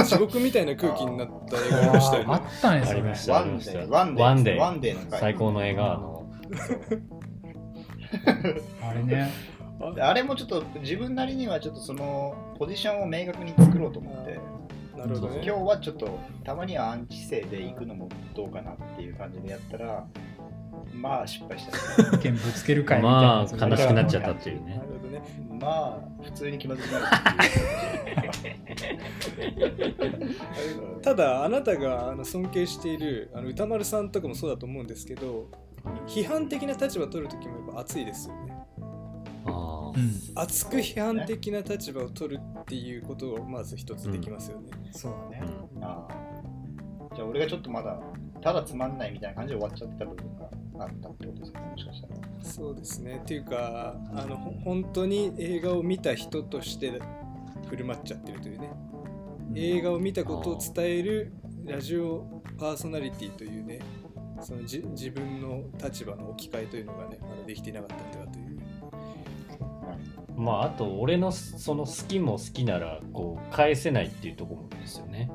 Speaker 4: 地獄みたいな空気になった映画ありましたよ
Speaker 3: あ
Speaker 4: ね。
Speaker 3: ったね
Speaker 5: あ
Speaker 3: そ
Speaker 5: り
Speaker 3: れ
Speaker 5: ました
Speaker 2: ワ
Speaker 5: あり
Speaker 2: ン
Speaker 5: ま
Speaker 2: デ
Speaker 5: し
Speaker 2: ー、
Speaker 5: た
Speaker 2: ワンデー、
Speaker 5: ワンデー
Speaker 2: ワンデーの回
Speaker 5: 最高の映画あの
Speaker 3: あれね
Speaker 2: あれもちょっと自分なりにはちょっとそのポジションを明確に作ろうと思って、
Speaker 4: なるほど
Speaker 5: そう
Speaker 4: ね。
Speaker 2: 今日はちょっとたまにはアンチ性で行くのもどうかなっていう感じでやったら、まあ失敗した。
Speaker 3: 意見ぶつける会みたいな
Speaker 5: ま
Speaker 3: やつ
Speaker 5: あ悲
Speaker 3: が
Speaker 5: しくなっちゃったっていうね
Speaker 4: なるほどね。
Speaker 2: まあ普通に気まずくなるってい う
Speaker 4: ただあなたがあの尊敬しているあの歌丸さんとかもそうだと思うんですけど批判的な立場を取る時もやっぱ熱いですよね
Speaker 5: あ
Speaker 3: うん
Speaker 4: 熱く批判的な立場を取るっていうことをまず一つできますよね、
Speaker 3: そうだね
Speaker 2: ああじゃあ俺がちょっとまだただつまんないみたいな感じで終わっちゃってた部分があったってことですかねもしかしたら
Speaker 4: そうですねっていうかあのほ本当に映画を見た人として振る舞っちゃってるというね映画を見たことを伝えるラジオパーソナリティというねそのじ自分の立場の置き換えというのがねまだできていなかったんではという
Speaker 5: うんまああと俺のその好きも好きならこう返せないっていうところもですよね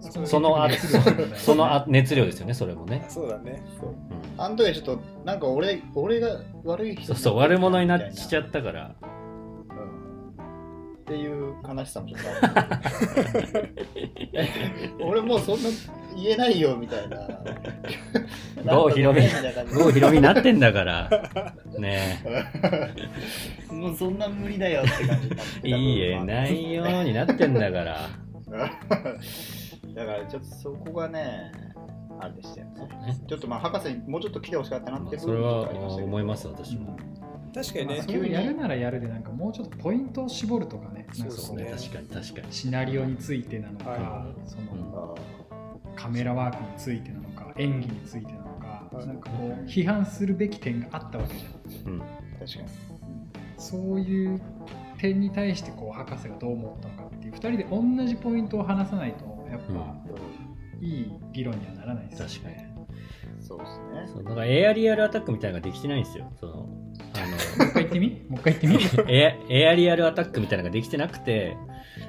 Speaker 3: そう
Speaker 5: そのあ
Speaker 3: 熱量だよね
Speaker 5: そのあ熱量ですよねそれもね
Speaker 4: あ、そうだね
Speaker 2: そう
Speaker 5: うん
Speaker 2: あの時はちょっとなんか俺俺が悪い人
Speaker 5: そうそう悪者になっ
Speaker 2: みたい
Speaker 5: ちゃったから
Speaker 2: うんっていう悲しさもちょっとあ る俺もうそんな言えないよみた いな
Speaker 5: 郷ひろみ
Speaker 2: なんとかねみたいな感じで
Speaker 5: 郷ひろみになってんだから。ね
Speaker 2: もうそんな無理だよって感じになって
Speaker 5: え。いいえ、ないようになってんだから。
Speaker 2: だからちょっとそこがねあれでしたよねちょっとまあ博士にもうちょっと来てほしかったなって
Speaker 5: それは思いますす、私も。
Speaker 4: 確かに
Speaker 3: ま
Speaker 4: ね
Speaker 3: あ、それをやるならやるでなんかもうちょっとポイントを絞るとかねなんか
Speaker 4: そ
Speaker 5: そうう
Speaker 4: で
Speaker 5: ね、
Speaker 4: す
Speaker 5: 確かに確かに。
Speaker 3: シナリオについてなのか、
Speaker 4: は
Speaker 3: そうの
Speaker 5: ん
Speaker 3: カメラワークについてなのか演技についてなのか、
Speaker 4: はい
Speaker 3: なんかこう批判するべき点があったわけじゃん
Speaker 2: 確かに
Speaker 3: そういう点に対してこう博士がどう思ったのかっていう2人で同じポイントを話さないとやっぱいい議論にはならないですよ
Speaker 5: 確かに
Speaker 3: ね。
Speaker 2: そうですね
Speaker 5: そうだからエアリアルアタックみたいなのができてないんですよ。その
Speaker 3: もう一回言ってみもう一回言ってみ
Speaker 5: エアエアリアルアタックみたいなのができてなくて、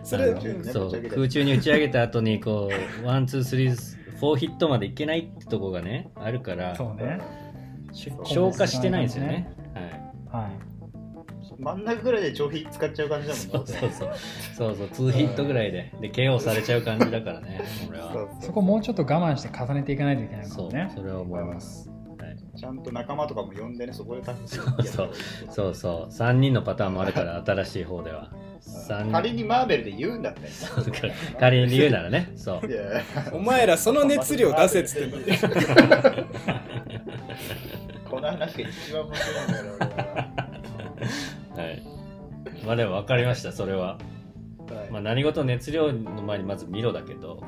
Speaker 4: そ
Speaker 5: あ
Speaker 4: れ
Speaker 5: の
Speaker 2: 空中にね
Speaker 5: そ
Speaker 2: ぶち上げ
Speaker 5: う
Speaker 2: て
Speaker 5: 空中に打ち上げた後にこう、ワン、ツー、スリー、フォーヒットまでいけないってとこがね、ある から、
Speaker 3: そうね。
Speaker 5: し消化してないんですよね。はい
Speaker 3: はい。
Speaker 2: 真ん中ぐらいで長飛使っちゃう感じだもんね
Speaker 5: そうそうそう、そうそう、ツーヒットぐらいで、で、KO されちゃう感じだからね、俺
Speaker 2: そ
Speaker 5: は。
Speaker 2: う
Speaker 3: そこもうちょっと我慢して重ねていかないといけないか
Speaker 5: そ
Speaker 3: も
Speaker 5: う、
Speaker 3: ね。
Speaker 5: それは思います。はい
Speaker 2: ちゃんと仲間とかも呼んでねそこでタッグ
Speaker 5: うそうそうそう、3人のパターンもあるから、新しい方では。
Speaker 2: うん
Speaker 5: 3
Speaker 2: 仮にマーベルで言うんだったら
Speaker 5: そうか仮に言うならね、そう。
Speaker 2: いや
Speaker 4: お前らその熱量出せっつってんのに
Speaker 2: この話が一番面白いんだから俺
Speaker 5: はい。まあでも分かりました、それは。
Speaker 2: は、はい
Speaker 5: まあ何事熱量の前にまず見ろだけど、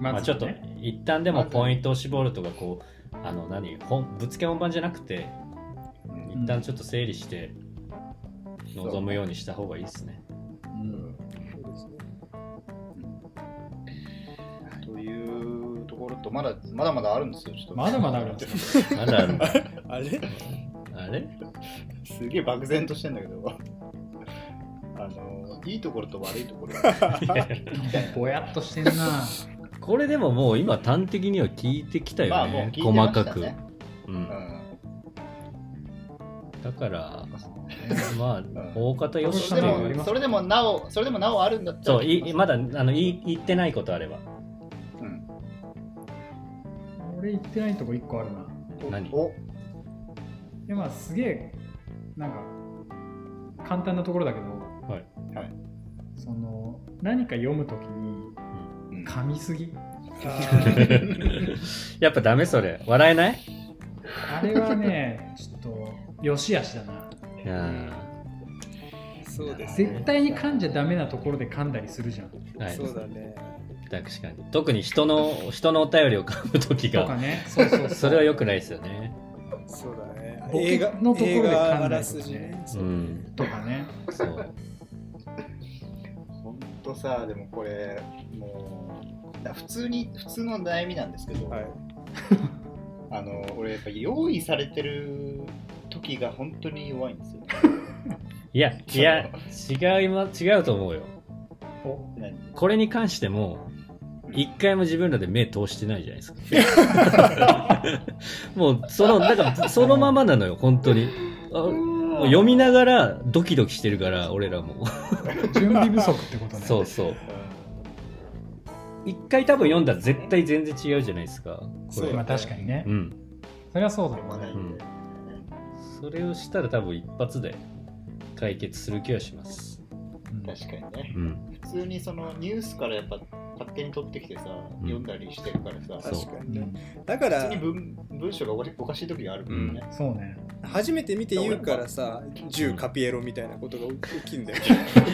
Speaker 3: ま
Speaker 5: まあ
Speaker 3: ず
Speaker 5: ちょっと
Speaker 3: ね
Speaker 5: 一旦でもポイントを絞るとか、こう、あの何、本ぶつけ本番じゃなくて、一旦ちょっと整理して、臨むようにした方がいいですね。
Speaker 3: うん
Speaker 2: というところとまだまだまだあるんですよちょっと
Speaker 3: まだまだあるんですよ。
Speaker 5: あれあ れ
Speaker 4: あれ
Speaker 5: あれ
Speaker 2: すげえ漠然としてんだけど あのいいところと悪いとこ ろが
Speaker 5: いや
Speaker 3: ぼやっとしてんな。
Speaker 5: これでももう今端的には聞いてきた
Speaker 2: ま
Speaker 5: よ
Speaker 2: あもう
Speaker 5: ね
Speaker 2: 聞い、てま
Speaker 5: 細
Speaker 2: した
Speaker 5: か
Speaker 2: ね
Speaker 5: く。う、
Speaker 2: うんん
Speaker 5: だから、まあ、大方よし
Speaker 2: そ
Speaker 5: と
Speaker 2: れ
Speaker 5: い
Speaker 2: で
Speaker 5: う
Speaker 2: もそれでもなおそれでもなおあるんだったら
Speaker 5: そう、いまだあの言い言ってないことあれば。
Speaker 2: うん
Speaker 3: 俺言ってないとこ1個あるな。
Speaker 5: 何
Speaker 2: お
Speaker 3: いやまあすげえなんか簡単なところだけど、
Speaker 5: はい
Speaker 2: はい
Speaker 3: その何か読むときに
Speaker 2: うん
Speaker 3: 噛みすぎ
Speaker 5: やっぱダメそれ。笑えない
Speaker 3: あれは ねちょっとよしあしだな
Speaker 4: そうです
Speaker 3: 絶
Speaker 4: ね
Speaker 3: 対に噛んじゃダメなところで噛んだりするじゃんと
Speaker 5: はい、
Speaker 4: そうだね
Speaker 5: 確かに特に人の人のお便りを噛む時
Speaker 3: か
Speaker 5: が
Speaker 3: ねそうそうそう
Speaker 5: それは良くないですよね
Speaker 4: そうだね
Speaker 3: ボケのところで考える
Speaker 4: 映画
Speaker 3: とね
Speaker 4: あらすじねそううね
Speaker 5: ん
Speaker 3: とかね
Speaker 5: そう
Speaker 2: ほんとさでもこれもうな普通に普通の悩みなんですけど、
Speaker 4: はい
Speaker 2: あの俺やっぱ用意されてる時が本当に弱いんですよね
Speaker 5: いやいや違い、ま、違うと思うよ
Speaker 3: お
Speaker 2: 何
Speaker 5: これに関しても一回も自分らで目通してないじゃないですかもうそのなんかそのままなのよ本当にあもう読みながらドキドキしてるから俺らも
Speaker 3: 準備不足ってこと ね
Speaker 5: そうそう一回多分読んだら絶対全然違うじゃないですかこ
Speaker 4: そう
Speaker 5: れ
Speaker 3: まあ確かにね、
Speaker 5: うん
Speaker 3: それはそうだ
Speaker 2: 読ま
Speaker 3: ろう
Speaker 2: な
Speaker 3: ね
Speaker 2: いんで、
Speaker 5: それをしたら多分一発で解決する気はします。
Speaker 3: うん
Speaker 2: 確かにね
Speaker 5: うん。
Speaker 2: 普通にそのニュースからやっぱ勝手に取ってきてさ、読んだりしてるからさ
Speaker 5: そう
Speaker 4: 確かに
Speaker 3: う
Speaker 4: ね
Speaker 3: ん
Speaker 4: だか
Speaker 2: 普通
Speaker 4: ら
Speaker 2: に文文章がおかしおかしい時があるもんね、
Speaker 3: そうね
Speaker 4: 初めて見て言うからさ銃カピエロみたいなことが起きんだよ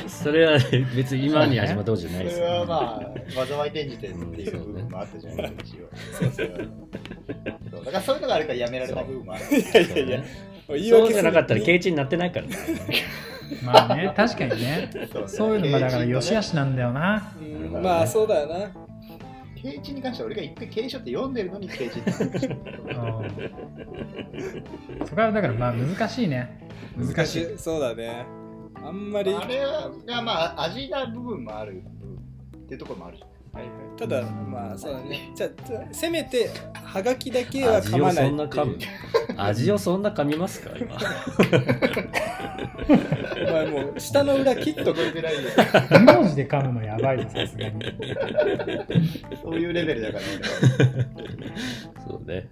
Speaker 5: それはね 別に今に始まったことじゃないです
Speaker 2: そ
Speaker 5: よ
Speaker 2: れ
Speaker 5: ね、
Speaker 2: はまあ災い転じてっていう
Speaker 5: うんそ
Speaker 2: 部
Speaker 5: うね
Speaker 2: 分もあったじゃないですか、一応そうだからそういうのがあるからやめられない部分もある
Speaker 4: いや
Speaker 5: そう
Speaker 4: いやいや
Speaker 5: ね
Speaker 4: 言い
Speaker 5: そう
Speaker 4: 訳
Speaker 5: じ
Speaker 4: す
Speaker 5: ゃ
Speaker 4: る
Speaker 5: なかったらケイチになってないからね。
Speaker 3: まあね確かにね
Speaker 2: そう
Speaker 3: そういうのがだからよしあしなんだよな
Speaker 4: うんまあそうだよな
Speaker 2: 刑事に関しては俺が一回刑事書って読んでるのに刑事って
Speaker 3: うんそこはだからまあ難しいね難しい
Speaker 4: そうだねあんまり
Speaker 2: あれがまあ味な部分もあるっていうところもあるじゃんはいはい
Speaker 4: ただまあそうだねじゃあせめてはがきだけは
Speaker 5: 味
Speaker 4: 噛
Speaker 5: を
Speaker 4: まない
Speaker 5: そ
Speaker 4: っ
Speaker 5: ん
Speaker 4: て
Speaker 5: な
Speaker 4: いう
Speaker 5: 噛む。味をそんな噛みますか今
Speaker 4: お前もう下の裏切っとく
Speaker 2: 届いてないよ。
Speaker 3: 2文字で噛むのやばいぞ、さすがに。
Speaker 2: そういうレベルだからね。
Speaker 5: そうね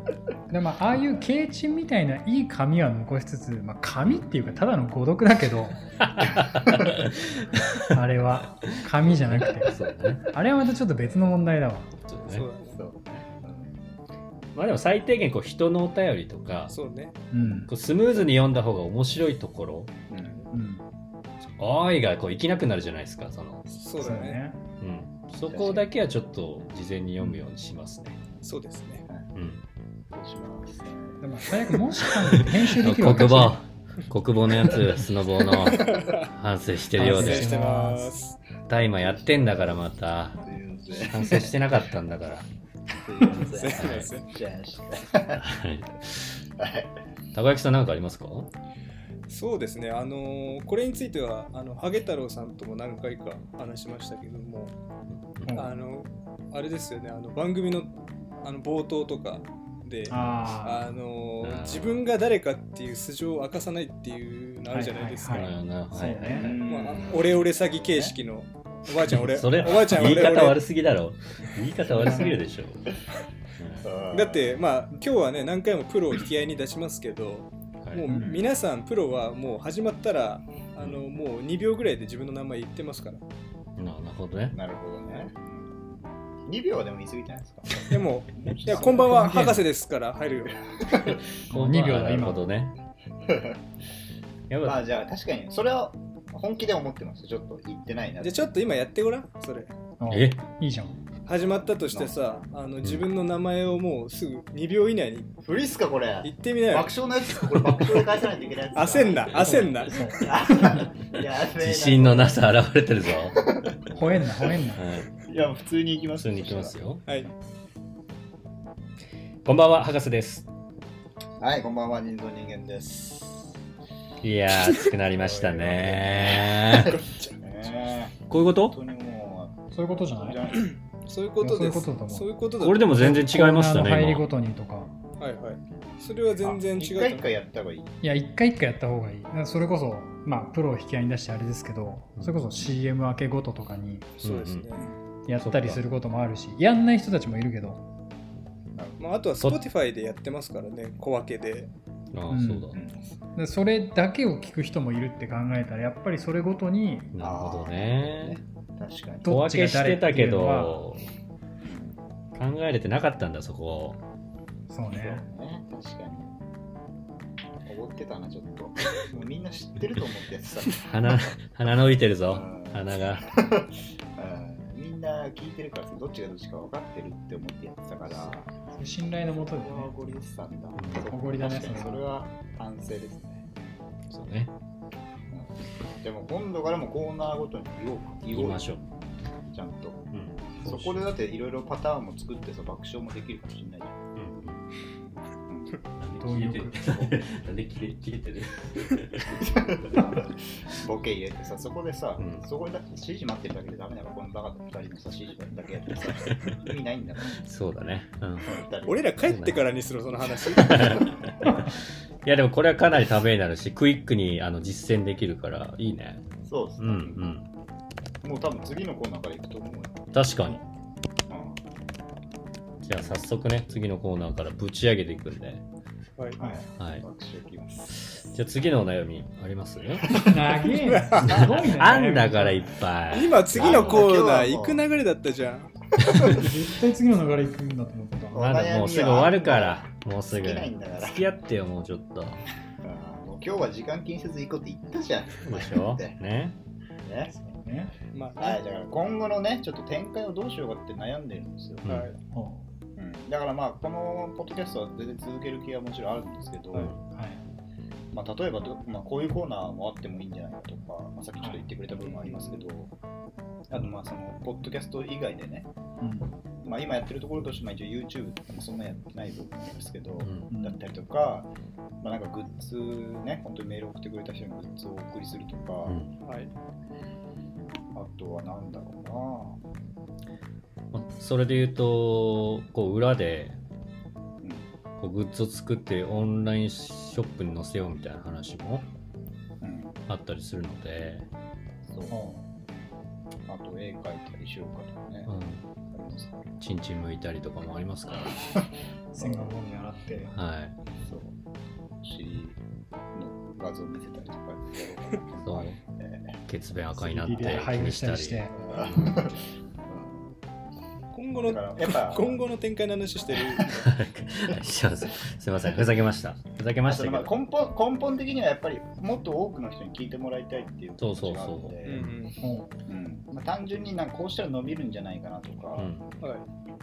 Speaker 3: でまあ、ああいう軽鎮みたいないい紙は残しつつ、まあ、紙っていうかただの誤読だけどあれは紙じゃなくて
Speaker 5: そうね
Speaker 3: あれはまたちょっと別の問題だわ
Speaker 5: ちょっと
Speaker 4: そ
Speaker 5: ね
Speaker 4: う
Speaker 2: そう。
Speaker 5: まあでも最低限こう人のお便りとか
Speaker 4: そうね
Speaker 3: うん
Speaker 5: こうスムーズに読んだ方が面白いところ
Speaker 2: うん
Speaker 3: うん
Speaker 5: 「おーい」がこういきなくなるじゃないですかその、
Speaker 4: そうだね
Speaker 5: うん、そこだけはちょっと事前に読むようにしますね、
Speaker 4: そうですね
Speaker 5: うん、
Speaker 2: そうします
Speaker 3: そうだねでも最悪もしかして編集
Speaker 5: 国
Speaker 3: できるわけじゃ
Speaker 5: 防
Speaker 3: ん
Speaker 5: 国防のやつスノボー の反省してるよう
Speaker 3: 反省
Speaker 4: 失礼
Speaker 5: で
Speaker 4: してます
Speaker 5: 大麻やってんだからまた
Speaker 2: ということで
Speaker 5: 反省してなかったんだから
Speaker 2: ということ
Speaker 4: すい
Speaker 2: で
Speaker 4: ません
Speaker 2: じゃあ明
Speaker 5: はい
Speaker 2: 日はい。
Speaker 5: たこ焼きさん何かありますか
Speaker 4: そうですねあのーこれについてはあのハゲ太郎さんとも何回か話しましたけども
Speaker 3: うん
Speaker 4: あのあれですよねあの番組のあの冒頭とかで
Speaker 3: あ
Speaker 4: あの
Speaker 5: あー
Speaker 4: 自分が誰かっていう素性を明かさないっていうのあるじゃないですか、
Speaker 3: はい
Speaker 5: あのな
Speaker 3: そうね
Speaker 4: まあ、オレオレ詐欺形式のおばあちゃん俺
Speaker 5: それ
Speaker 4: おばあちゃん
Speaker 5: 言い
Speaker 4: 俺
Speaker 5: 方
Speaker 4: 俺
Speaker 5: 悪すぎだろ言い方悪すぎる でしょ、
Speaker 4: だってまあ今日はね何回もプロを引き合いに出しますけど
Speaker 5: はい
Speaker 4: もう皆さんプロはもう始まったらあのもう2秒ぐらいで自分の名前言ってます から
Speaker 5: ななるほどね
Speaker 2: なるほどね。2秒はでも言い過ぎじゃないですか。
Speaker 4: でも「いやこんばんは博士です」から入るよ
Speaker 3: もう2秒だ
Speaker 5: なる
Speaker 3: 今
Speaker 5: ほどねやっぱ、
Speaker 2: まあじゃあ確かにそれは本気で思ってました。ちょっと言ってないな
Speaker 4: じゃあちょっと今やってごらんそれ
Speaker 3: あ
Speaker 5: え
Speaker 3: いいじゃん
Speaker 4: 始まったとしてさあの自分の名前をもうすぐ2秒以内に
Speaker 2: フリっすかこれ。
Speaker 4: 言ってみなよ
Speaker 2: 爆笑のやつですかこれ爆笑で返さないといけないやつですか
Speaker 4: 焦んな焦 んな
Speaker 3: そう
Speaker 2: やべえ
Speaker 5: 自信のなさ現れてるぞ、
Speaker 3: 吠えんな吠えんな
Speaker 5: はい、
Speaker 2: いや普通に行きま
Speaker 5: 普
Speaker 2: す
Speaker 5: 通に行きますよ
Speaker 4: はい
Speaker 5: こんばんは博士です
Speaker 2: はいこんばんは人造人間です
Speaker 5: いやー暑くなりましたね
Speaker 2: ねえ
Speaker 5: こういうこ
Speaker 2: 本
Speaker 5: と
Speaker 2: 当にも
Speaker 3: そういうことじゃ
Speaker 2: う
Speaker 3: な
Speaker 2: じ
Speaker 3: い
Speaker 2: ゃない
Speaker 4: そういうことです
Speaker 3: いやそういうことだと思う
Speaker 4: そういうことだ
Speaker 5: これでも全然違いました
Speaker 3: コーナーの入
Speaker 5: ね
Speaker 3: り
Speaker 5: 今
Speaker 3: ごとにとか
Speaker 4: はいはいそれは全然違
Speaker 2: 一
Speaker 4: う
Speaker 2: 回一回やった方がいい
Speaker 3: いや一回一回やった方がいいだからそれこそまあプロを引き合いに出してあれですけどそれこそ CM 明けごととかに
Speaker 4: そうですね、
Speaker 3: やったりすることもあるしやんない人たちもいるけど
Speaker 4: まあ、あとは Spotify でやってますからね小分けで
Speaker 5: あ
Speaker 3: う
Speaker 5: あ
Speaker 3: ん
Speaker 5: そうだ、
Speaker 3: でそれだけを聞く人もいるって考えたらやっぱりそれごとに
Speaker 5: なるほどね
Speaker 2: 確かに
Speaker 3: ど
Speaker 5: 小
Speaker 3: っち
Speaker 5: 分
Speaker 3: が
Speaker 5: けし
Speaker 3: 誰
Speaker 5: て
Speaker 3: って
Speaker 5: た
Speaker 3: い
Speaker 5: け
Speaker 3: うのは
Speaker 5: ど考えれてなかったんだそこ
Speaker 3: そうね
Speaker 2: ね確かに思ってたなちょっともうみんな知ってると思ってやってた
Speaker 5: 鼻鼻伸びてるぞ
Speaker 2: うん
Speaker 5: 鼻が
Speaker 2: うんみんな聞いてるからどっちがどっちか分かってるって思ってやってたから
Speaker 3: 信頼のもと
Speaker 2: そ
Speaker 3: で
Speaker 2: れ
Speaker 3: ね
Speaker 2: はおごりでしたんだ
Speaker 3: おごりだね
Speaker 2: 確かにそれは反省ですね
Speaker 5: そうね
Speaker 2: でも今度からもコーナーごとに言おう
Speaker 5: 行きましょう、
Speaker 2: ちゃんと
Speaker 5: うん
Speaker 2: そこでだっていろいろパターンも作ってさ爆笑もできるかもしれないじゃん
Speaker 5: うんなんで 消えてるなんで消え消えてる
Speaker 2: ボケ入れてさそこでさ、
Speaker 5: うん
Speaker 2: そこでだって指示待ってるだけでダメだからこのバカと二人のさ指示だけやってさ 意味ないんだから
Speaker 5: そうだね、うん、い
Speaker 2: 二人
Speaker 4: 俺ら帰ってからにするその 話
Speaker 5: やでもこれはかなりためになるしクイックにあの実践できるからいいね
Speaker 2: そうっす
Speaker 5: うん
Speaker 2: ね、
Speaker 5: うん
Speaker 2: もう多分次のコーナーから行くと思うよ、
Speaker 5: 確かに
Speaker 2: うん
Speaker 5: じゃあ早速ね次のコーナーからぶち上げていくんで
Speaker 4: はい
Speaker 2: はい、
Speaker 5: はい
Speaker 2: 爆笑いきます
Speaker 5: じゃあ次のお悩みあり ます
Speaker 3: 長えなすごい ね
Speaker 5: あんだからいっぱい
Speaker 4: 今次のコーナー行く流れだったじゃん
Speaker 3: 絶対次の流れ行くんだと思ってた
Speaker 5: まだもうすぐ終わるからもうすぐ
Speaker 2: 尽きないんだから
Speaker 5: 付き合ってよもうちょっと
Speaker 2: あーもう今日は時間気にせず行こうって言ったじゃん
Speaker 5: でしょ
Speaker 2: ね
Speaker 5: ね
Speaker 3: ね
Speaker 4: まあ、
Speaker 2: はい、だから今後のね、ちょっと展開をどうしようかって悩んでるんですよ。
Speaker 5: うん
Speaker 4: は
Speaker 3: う
Speaker 4: い
Speaker 3: ん
Speaker 2: うん、だからまあ、このポッドキャストは全然続ける気はもちろんあるんですけど、
Speaker 5: はい
Speaker 3: はい
Speaker 2: まあ、例えばど、まあ、こういうコーナーもあってもいいんじゃないかとか、まあ、さっきちょっと言ってくれた部分もありますけど、あとまあ、その、ポッドキャスト以外でね、
Speaker 3: うん
Speaker 2: まあ、今やってるところとして、まあ、一応 YouTube とかもそんなやってない部分なんですけど、
Speaker 5: うん
Speaker 3: うん
Speaker 2: だったりとか、まあ、なんかグッズね、本当にメール送ってくれた人にグッズをお送りするとか、
Speaker 5: うん
Speaker 4: はい、
Speaker 2: あとはなんだろ
Speaker 5: まそれで言うとこう裏で
Speaker 2: うな、う
Speaker 5: こ
Speaker 2: ん、
Speaker 5: こうグッズを作ってオンラインショップに載せようみたいな話も
Speaker 2: うん
Speaker 5: あったりするので、
Speaker 2: そうあと絵描いたりしようかとかね、
Speaker 5: う
Speaker 2: ありますね
Speaker 5: ん、チンチン剥いたりとかもありますか
Speaker 3: 洗顔後に洗って
Speaker 5: ら、はい、
Speaker 2: そう尻の画像見せたりとかやろうかな
Speaker 5: そう、血便赤いなって
Speaker 3: 3D
Speaker 5: 気
Speaker 3: で配布
Speaker 5: に
Speaker 3: し
Speaker 5: したた
Speaker 3: り
Speaker 5: り
Speaker 3: して
Speaker 4: 今後
Speaker 2: だ
Speaker 4: の
Speaker 2: からやっぱ
Speaker 4: 今後の展開の話してる
Speaker 5: すいませんすいません、ふざけました。ふざけました
Speaker 2: そ
Speaker 5: け
Speaker 2: のまあ
Speaker 5: ど、
Speaker 2: 根本根本的にはやっぱりもっと多くの人に聞いてもらいたいっていう気持ちがあるので
Speaker 4: うんうん
Speaker 3: も
Speaker 2: うんまあ単純になんかこうしたら伸びるんじゃないかなとか、
Speaker 5: うん、
Speaker 4: はい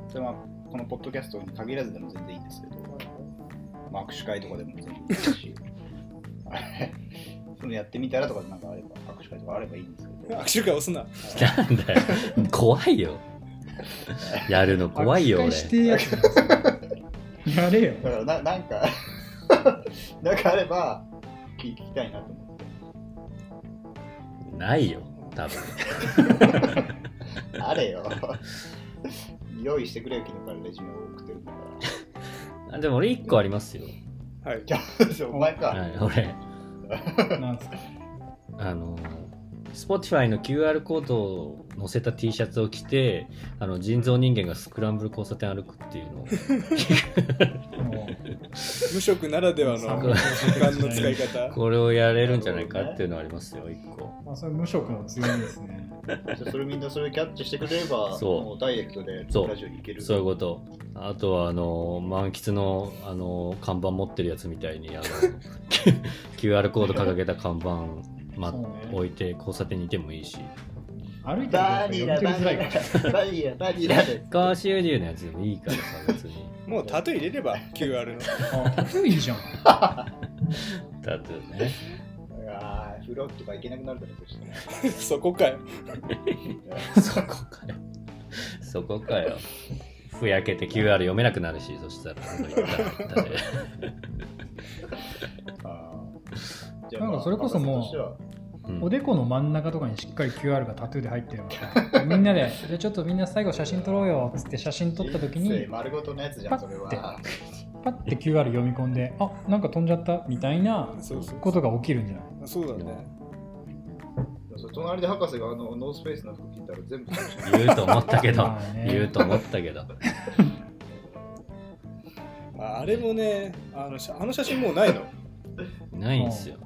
Speaker 2: うんそれはこのポッドキャストに限らずでも全然いいんですけど、まあ、握手会とかでも全然いいですし あれそのやってみたらとかなんかあれば握手会とかあればいいんですけど
Speaker 4: 握手会押すな
Speaker 5: なんだよ、 怖いよ。やるの
Speaker 3: う
Speaker 5: 怖いよ、
Speaker 3: 握
Speaker 5: 俺
Speaker 3: 手。会してややれよ
Speaker 2: だからななんか なんかあれば聞聞きたいなと思って
Speaker 5: ないよ、多分。
Speaker 2: あれよ 用意してくれよ昨日からレジュメを送ってるんだか
Speaker 5: あでも俺1個ありますよ。
Speaker 4: はい
Speaker 2: らそうお前か、
Speaker 5: はい、俺、
Speaker 3: なんですか
Speaker 5: あの、Spotify の QR コードを載せた T シャツを着て、あの人造人間がスクランブル交差点歩くっていうのを、
Speaker 3: も
Speaker 4: 無職ならではの
Speaker 3: う
Speaker 4: 時
Speaker 3: 寒い
Speaker 4: 間の使い方
Speaker 5: これをやれるんじゃないかっていうのはありますよ、1個。
Speaker 3: まあ、それ無職の強みですね
Speaker 2: じゃあそれみんなそれキャッチしてくれれば
Speaker 5: そう
Speaker 2: もうダイレクトで
Speaker 5: そう
Speaker 2: ラジオに行ける
Speaker 5: そういうこと。あとは、あの、満喫の、あの、看板持ってるやつみたいに、あの、QR コード掲げた看板、ま
Speaker 3: そうね、
Speaker 5: 置いて交差点にいてもいいし、
Speaker 3: 歩いてるとや
Speaker 2: バ
Speaker 3: っぱ
Speaker 2: ニ
Speaker 3: り
Speaker 2: ラ
Speaker 3: 読み
Speaker 2: バ
Speaker 3: 取りづ
Speaker 2: ニラ
Speaker 3: らいから
Speaker 2: バニラバニラで
Speaker 5: ガーシュー流のやつでもいいからさ、別に。
Speaker 4: もうタトゥー入れれば QR の
Speaker 3: あタトゥーいいじゃん
Speaker 5: だってね。
Speaker 2: ああ、風呂とか行けなくなるだろうとしてね。
Speaker 4: そこかよ
Speaker 5: そこかよ。そこかよ。ふやけて QR 読めなくなるし、そしたら、その言ったら言ったで
Speaker 2: じ
Speaker 3: なんかそれこそもう
Speaker 5: うん
Speaker 3: おでこの真ん中とかにしっかり QR がタトゥーで入ってるわけみんなでじゃあちょっとみんな最後写真撮ろうよっつって写真撮った時
Speaker 2: 人生
Speaker 3: に
Speaker 2: 丸ごとのやつじゃん、それは。
Speaker 3: パッて QR 読み込んであなんか飛んじゃったみたいな
Speaker 4: そうそう
Speaker 3: ことが起きるんじゃない
Speaker 4: そうだね
Speaker 2: そう隣で博士があのノースペースの服着たら全部楽しい。
Speaker 5: 言うと思ったけど
Speaker 3: まあ、ね
Speaker 5: 言うと思ったけど。
Speaker 4: ああれもねあのしあの写真もうないの
Speaker 5: ないんすよ。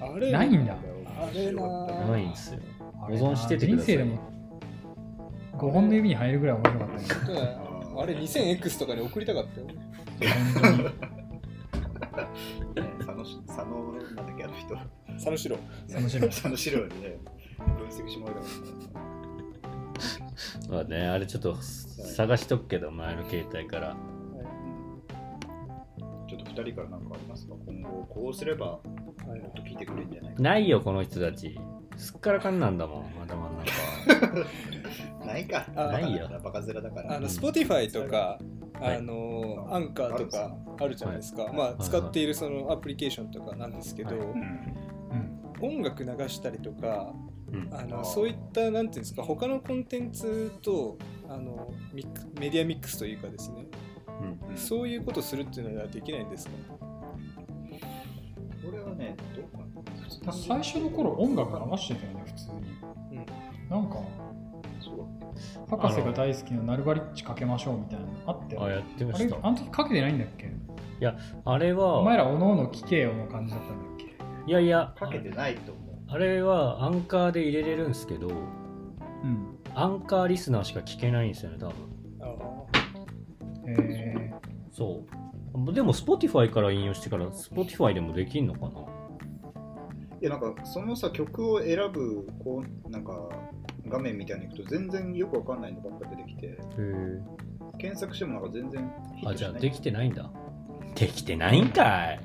Speaker 4: あれ
Speaker 3: ないんだ
Speaker 4: あれなー
Speaker 5: ないんすよ。
Speaker 3: あれな
Speaker 5: 保存しててください
Speaker 3: 人生でも5本の指に入るぐらい面白かったね
Speaker 4: そうだねあれ 2000X とかに送りたかったよ
Speaker 3: 本当に
Speaker 2: 佐野し、佐野なんだっけ、あの人。
Speaker 4: 佐野史郎
Speaker 3: 佐野史郎
Speaker 2: 佐野史郎にね、分析してもらえたかっ
Speaker 5: まあね、あれちょっと探しとくけど、前の携帯から。
Speaker 2: たちょっと二人から何かありますか今後、こうすれば、もっと聞いてくれるんじゃないか
Speaker 5: ないよ、この人たち。すっからかんなんだもん、頭の中
Speaker 2: ないか。
Speaker 4: あ
Speaker 5: ないよ
Speaker 2: バカ面だから。
Speaker 4: あの Spotify とか
Speaker 5: はい
Speaker 4: あのアンカーとかあるじゃないですか、まあ、
Speaker 5: はい
Speaker 4: 使っているそのアプリケーションとかなんですけど、
Speaker 5: は
Speaker 2: うん
Speaker 3: うん
Speaker 4: 音楽流したりとか
Speaker 5: うん
Speaker 4: あ
Speaker 2: あー
Speaker 4: のそういったなんていうんですか他のコンテンツとあのミックメディアミックスというかですね
Speaker 5: うん。
Speaker 2: うん
Speaker 4: そういうことするっていうのはできないんですか
Speaker 2: これはね、どうかな普通単純
Speaker 3: 最
Speaker 2: に
Speaker 3: 初の頃音楽流してたよね普通に、なんか
Speaker 2: そうだっけ
Speaker 3: 博士が大好きなナルバリッチかけましょうみたいなのあって
Speaker 5: あ、やってま
Speaker 3: あ
Speaker 5: し
Speaker 3: れ
Speaker 5: た。
Speaker 3: あの時かけてないんだっけ
Speaker 5: あれ
Speaker 3: お前
Speaker 5: は、
Speaker 3: らおのおの聞けよの感じだったんだっけ
Speaker 5: いやいや、
Speaker 2: かけてないと思
Speaker 5: あれはアンカーで入れれるんですけど、
Speaker 3: うん
Speaker 5: アンカーリスナーしか聞けないんですよね、多分。
Speaker 4: あの
Speaker 3: えー
Speaker 5: そう。でも、Spotify から引用してから、Spotify でもできんのかな
Speaker 2: う。いや、なんか、そのさ、曲を選ぶ、こう、なんか、画面みたいに行くと、全然よくわかんないのばっか出てきて、
Speaker 5: へ
Speaker 2: 検索してもなんか全然ヒッ
Speaker 5: あ、
Speaker 2: ト
Speaker 5: じゃ
Speaker 2: し
Speaker 5: あ、
Speaker 2: な
Speaker 5: で
Speaker 2: い。
Speaker 5: きてないんだ。できてないんかい。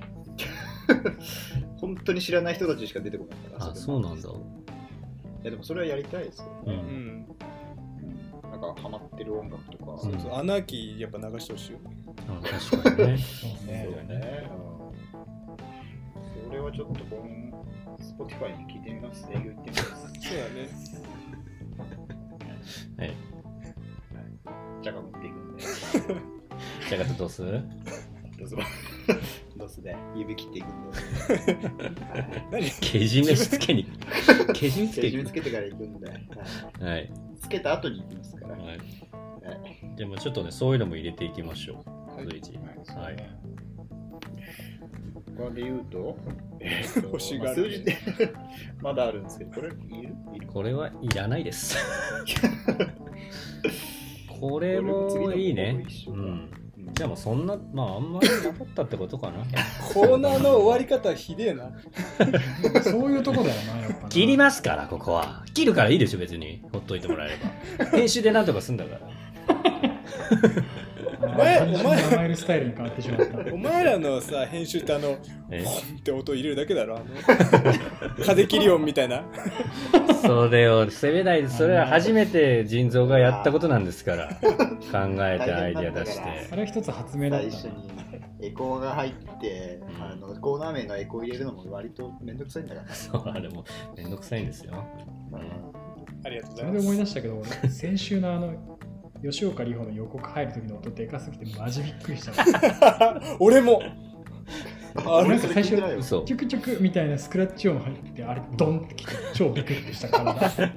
Speaker 2: 本当に知らない人たちしか出てこないから。
Speaker 5: あ、そうなんだ。
Speaker 2: いや、でもそれはやりたいですよ
Speaker 5: う。
Speaker 2: ね。
Speaker 4: うんん、
Speaker 2: うんなんか、ハマってる音楽とか。
Speaker 5: うん
Speaker 4: そうアナーキーやっぱ流してほしいよ
Speaker 5: あ確かにね。
Speaker 3: そう
Speaker 2: そ
Speaker 3: ね
Speaker 2: うだよね。うんそれはちょっと今、Spotify に聞いてみます。営業行ってみます。
Speaker 4: そうだね
Speaker 5: はい。
Speaker 2: じゃが持っていくんで。
Speaker 5: じゃあ、どうする
Speaker 2: ドスドスで指切っていくんで
Speaker 4: 何
Speaker 5: けじめしつけに。 けじめつけ
Speaker 2: 手順
Speaker 5: に
Speaker 2: つ。けてから行くんで、はい
Speaker 5: はい。
Speaker 2: つけた後に行きますから、
Speaker 5: はい
Speaker 2: はい、
Speaker 5: でもちょっとね、そういうのも入れていきましょう。随時。はい。
Speaker 2: これで言うと、えーと
Speaker 4: 欲し
Speaker 2: ま
Speaker 4: が
Speaker 2: あ
Speaker 4: る
Speaker 2: 数字でまだあるんですけど、これいるいる
Speaker 5: これはいらない です。これもいいね。うん。じゃあもうそんな、まああんまりなかったってことかな。
Speaker 4: コーナーの終わり方ひでえな。
Speaker 3: そういうとこだよな、やっぱ な。
Speaker 5: 切りますから、ここは。切るからいいでしょ、別に。ほっといてもらえ れば。編集でなんとかすんだから。
Speaker 3: あー
Speaker 4: お前
Speaker 3: 単純
Speaker 4: お
Speaker 3: に
Speaker 4: 前
Speaker 3: 甘えるスタイルに変わってしまった。
Speaker 4: お前らのさ、編集ってあの、
Speaker 5: え
Speaker 4: ポンって音入れるだけだろ。あ の風切り音みたいな。
Speaker 5: それを責めないで、それは初めて腎臓がやったことなんですから。 考えてアイディア出して
Speaker 3: そ。れは一つ発明だっ
Speaker 2: 最
Speaker 3: た
Speaker 2: 初
Speaker 3: な。
Speaker 2: にエコーが入って、あのコーナー名のエコー入れるのも割とめんどくさいんだから、
Speaker 5: そう、あれもめんどくさいんですよ。
Speaker 2: まあ
Speaker 4: ありがとうご
Speaker 3: そ
Speaker 4: ざい
Speaker 3: れ
Speaker 4: ま。
Speaker 3: です思い出したけど、俺先週のあの、吉岡里帆の予告入る時の音でかすぎてマジびっくりした。
Speaker 4: 俺も。あ
Speaker 2: 俺
Speaker 4: れ
Speaker 2: それ聞いてないよ
Speaker 5: 嘘。
Speaker 3: チュクチュクみたいなスクラッチ音入って、あれドンってきて、超びっくりしたから。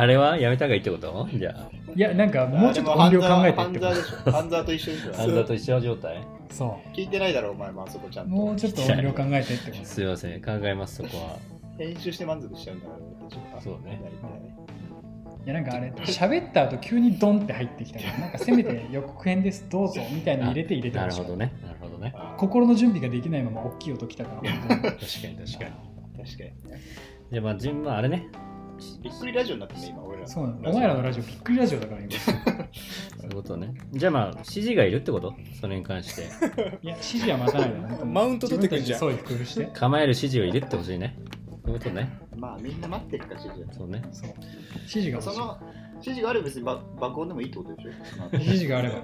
Speaker 5: あれはやめた方がいいってことじゃあ。
Speaker 3: いや、なんかもうちょっと音量考えて
Speaker 2: ハ
Speaker 3: っ
Speaker 2: ン
Speaker 3: て
Speaker 2: ザ
Speaker 3: こ
Speaker 2: ーでしょ。ハンザーと一緒 ですよ。
Speaker 5: あんたと一緒状態
Speaker 3: と。そ
Speaker 2: 聞いてないだろ、お前もあそこちゃ
Speaker 3: う。
Speaker 2: んと。
Speaker 3: もうちょっと音量考えてってこと。
Speaker 5: すいません、考えます、そこは。
Speaker 2: 編集して満足しちゃうんだから、俺たちは
Speaker 5: そうね。
Speaker 3: いやなんかあれ喋った後急にドンって入ってきたからなんかせめて予告編ですどうぞみたいなの入れて入れて
Speaker 5: な
Speaker 3: ほ
Speaker 5: る
Speaker 3: しい
Speaker 5: ほどね。なるほどね。
Speaker 2: 大体
Speaker 3: 心の準備ができないまま大きい音来たから本当に
Speaker 5: 確かに確かに。
Speaker 2: 確かに。
Speaker 5: じゃあ、まあ、順番あれね。
Speaker 2: びっくりラジオになってね、今、俺ら。
Speaker 3: そうなのお前らのラジオびっくりラジオだから今
Speaker 5: そういうことね。じゃあ、まあ、指示がいるってことそれに関して。
Speaker 3: いや指示は待たないだろ
Speaker 4: マウント取ってくんじゃん
Speaker 3: そういう工夫して
Speaker 5: 構える指示を入れてほしいね。そういうことね。
Speaker 2: まあ、みんな待ってるから、指示
Speaker 5: そうね。
Speaker 3: そう指示が
Speaker 2: そ
Speaker 3: 欲しい
Speaker 2: の指示があれば別にば爆音でもいいってことでしょ。
Speaker 3: 指示があれば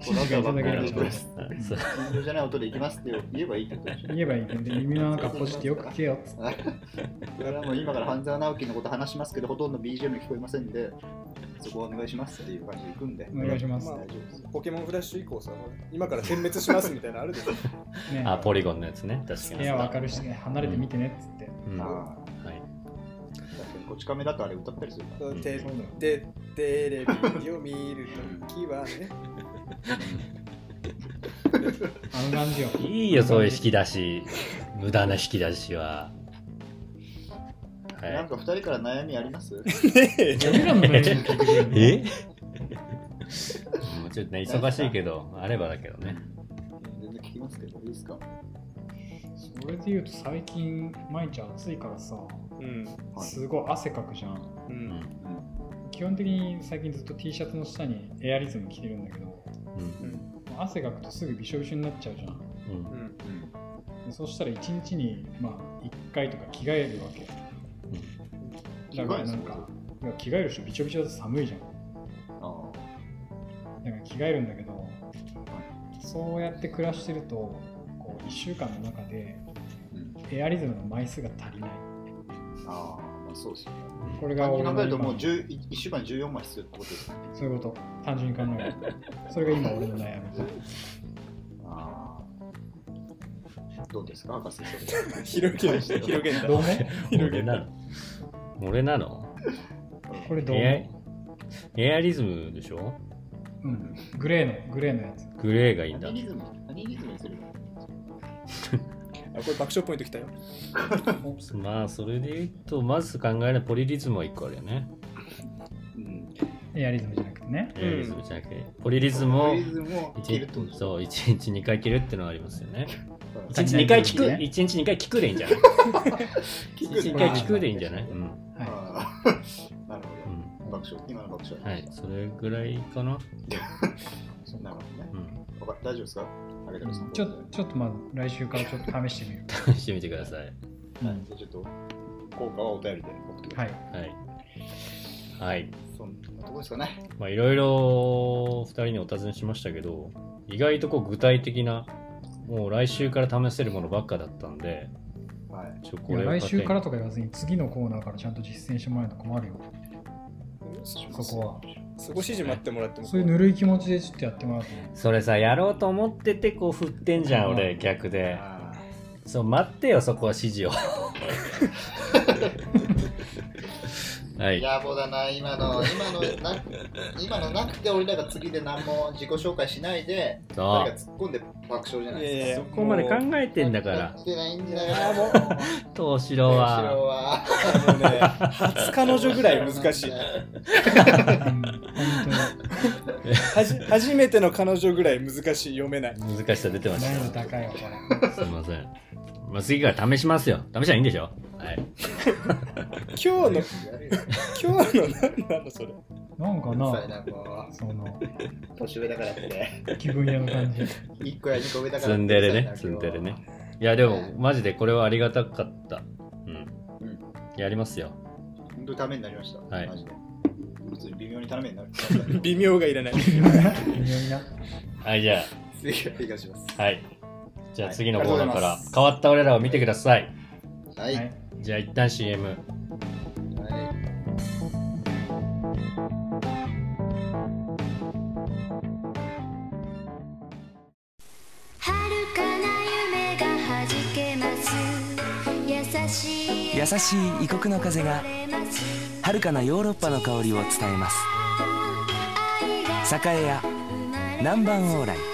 Speaker 3: 指示がいただければ
Speaker 2: そうです
Speaker 5: はいそう
Speaker 2: 尋常じゃない音で行きますって言えばいいってことでしょ。
Speaker 3: 言えばいいけど耳の中ポジってよく聞けよっつって
Speaker 2: これはもう今から半沢直樹のこと話しますけど、ほとんど BGM 聞こえませんで、そこはお願いしますっていう感じで行くんで。
Speaker 3: お願いします
Speaker 2: 大丈夫です。
Speaker 4: ポケモンフラッシュ以降さ、今から点滅しますみたいなのあるでしょ。
Speaker 3: ね
Speaker 5: あ、ポリゴンのやつね。確か
Speaker 3: 部
Speaker 5: に。
Speaker 3: 屋は明るいしね離れて見てねっつって
Speaker 5: うんは
Speaker 2: あ
Speaker 5: い。
Speaker 2: あ、確かにこち亀だとあれ歌ったりするから。
Speaker 4: で
Speaker 3: そうだよ
Speaker 4: で、テレビを見るときはね。
Speaker 3: あの 感じよ
Speaker 5: いいよ、そういう引き出し。無駄な引き出しは。
Speaker 2: なん
Speaker 5: は
Speaker 2: か二人から悩みあります
Speaker 4: ねえ
Speaker 3: 俺らのラジオ聞いてくれるの
Speaker 5: い。えもうちょっとね、忙しいけど、あればだけどね。
Speaker 2: 全然聞きますけど、いいですか
Speaker 3: それで言うと最近毎日暑いからさ
Speaker 4: うん。
Speaker 3: すごい汗かくじゃん
Speaker 4: う
Speaker 5: うん
Speaker 4: ん。
Speaker 3: 基本的に最近ずっと T シャツの下にエアリズム着てるんだけど
Speaker 5: うん
Speaker 3: 汗かくとすぐびしょびしょになっちゃうじゃん
Speaker 5: うん
Speaker 4: うん。
Speaker 3: でそしたら1日にまあ1回とか着替えるわけだからなんかいや着替える人びちょびちょだと寒いじゃん
Speaker 2: ああ
Speaker 3: だから着替えるんだけどそうやって暮らしてるとこう1週間の中で
Speaker 2: うん
Speaker 3: エアリズムの枚数が足りない
Speaker 2: ああ、まあそうですよね。
Speaker 3: これが
Speaker 2: 単
Speaker 3: 俺
Speaker 2: 純に
Speaker 3: の
Speaker 2: 考えるともう
Speaker 3: 今
Speaker 2: 10 1週間14枚必要ってことですね。
Speaker 3: そういうこと単純に考えるとそれが今俺の悩み
Speaker 2: ああ。どうですか、博士。
Speaker 4: 広げる広げんだ
Speaker 3: どうも
Speaker 4: 広げ
Speaker 5: 俺なの俺なの
Speaker 3: これどう
Speaker 5: エ
Speaker 3: も、
Speaker 5: アエアリズムでしょ
Speaker 3: うん、グレーのグレーのやつ
Speaker 5: グレーがいいんだ
Speaker 2: 何。リズム何リズムにするの
Speaker 4: あこれ爆笑ポイントきたよ
Speaker 5: まあ、それで言うと、まず考えるポリリズムは1個あるよね。
Speaker 2: うん。
Speaker 3: エアリズムじゃなくてね
Speaker 5: エアリズムじゃなくて、ポリリズムを
Speaker 2: リズムを切るってこと
Speaker 5: 1
Speaker 2: でしょ。
Speaker 5: そう1日2回切るってのはありますよね。
Speaker 2: うん
Speaker 5: 1日2回聞く、
Speaker 3: 足りない部分ね
Speaker 5: 1日2回聞くでいいん じゃない ?1 日2回聞くでいいんじゃない、うん
Speaker 3: は
Speaker 2: ああ なる
Speaker 5: う
Speaker 2: ほ
Speaker 5: ん
Speaker 2: ど。爆笑、今の爆笑。
Speaker 5: はい、それぐらいかな。
Speaker 2: なるほどね
Speaker 5: う。ん。
Speaker 2: わか大丈夫ですかありがとうございます。
Speaker 3: いちょちょっとまず来週からちょっと試してみる、
Speaker 5: 試してみてください。
Speaker 3: うん、
Speaker 2: じゃあちょっと、効果はお便りで送ってくださ。
Speaker 3: はいい
Speaker 5: はい。はい。
Speaker 2: そんなとこですかね。
Speaker 5: まあ、いろいろ2人にお尋ねしましたけど、意外とこう具体的な、もう来週から試せるものばっかだったんで、
Speaker 2: はい。
Speaker 5: ちょ
Speaker 3: い
Speaker 5: こ
Speaker 3: や
Speaker 5: れを糧に
Speaker 3: 来週からとか言わずに次のコーナーからちゃんと実践してもらえると困るよそこは
Speaker 4: そこ指示待ってもらっても
Speaker 3: そういうぬるい気持ちでちょっとやってもらうと
Speaker 5: それさやろうと思っててこう振ってんじゃん俺逆で
Speaker 2: あ
Speaker 5: そう待ってよそこは指示をは
Speaker 2: ー
Speaker 5: い
Speaker 2: 野暮だな、今 の、今のな、今のなくて、俺らが次で何も自己紹介しないで、
Speaker 5: そ
Speaker 2: 誰
Speaker 5: う
Speaker 2: か突っ込んで爆笑じゃないですか。
Speaker 4: え
Speaker 5: そこまで考えてんだから
Speaker 2: 来てないんじゃない
Speaker 4: ああもう
Speaker 5: 東四
Speaker 2: 後
Speaker 5: 郎
Speaker 2: ろ
Speaker 5: は
Speaker 2: は。
Speaker 4: あのね初彼女ぐらい 難しい
Speaker 3: うん本
Speaker 4: はじ初めての彼女ぐらい難しい読めない
Speaker 5: 難しさ出て
Speaker 3: 当
Speaker 5: ま
Speaker 3: に
Speaker 5: し
Speaker 3: 難易度
Speaker 5: た
Speaker 3: 高いわこ
Speaker 5: すいません、まあ、次から試しますよ試したらいいんでしょはい
Speaker 4: 今日の今日の何なのそれ
Speaker 3: れなんか
Speaker 2: うるさい
Speaker 3: な
Speaker 2: な、も
Speaker 3: その
Speaker 2: う。年上だからって。
Speaker 3: 気分屋の感じ
Speaker 2: 一個や二個上だから
Speaker 5: ツンデレねツンデレね。いやでもマジでこれはありがたかったうん、
Speaker 2: うん
Speaker 5: やりますよ
Speaker 2: 本当にためになりました。
Speaker 5: はい
Speaker 2: マジで。普通に微妙にため になる。
Speaker 4: 微妙がいらない
Speaker 3: 微妙にな
Speaker 5: はいじゃ
Speaker 2: 次お願いします。
Speaker 5: あはいじゃあ
Speaker 2: はい
Speaker 5: 次のコーナーか
Speaker 2: ありがとうござい
Speaker 5: ら
Speaker 2: ます
Speaker 5: 変わった俺らを見てください
Speaker 2: はい。
Speaker 3: は
Speaker 2: はいい。
Speaker 5: じゃあ一旦 CM
Speaker 6: 遥かな夢がはじけます優しい
Speaker 7: 優しい異国の風が遥かなヨーロッパの香りを伝えます
Speaker 6: 愛が
Speaker 7: 栄屋南蛮往来
Speaker 6: 「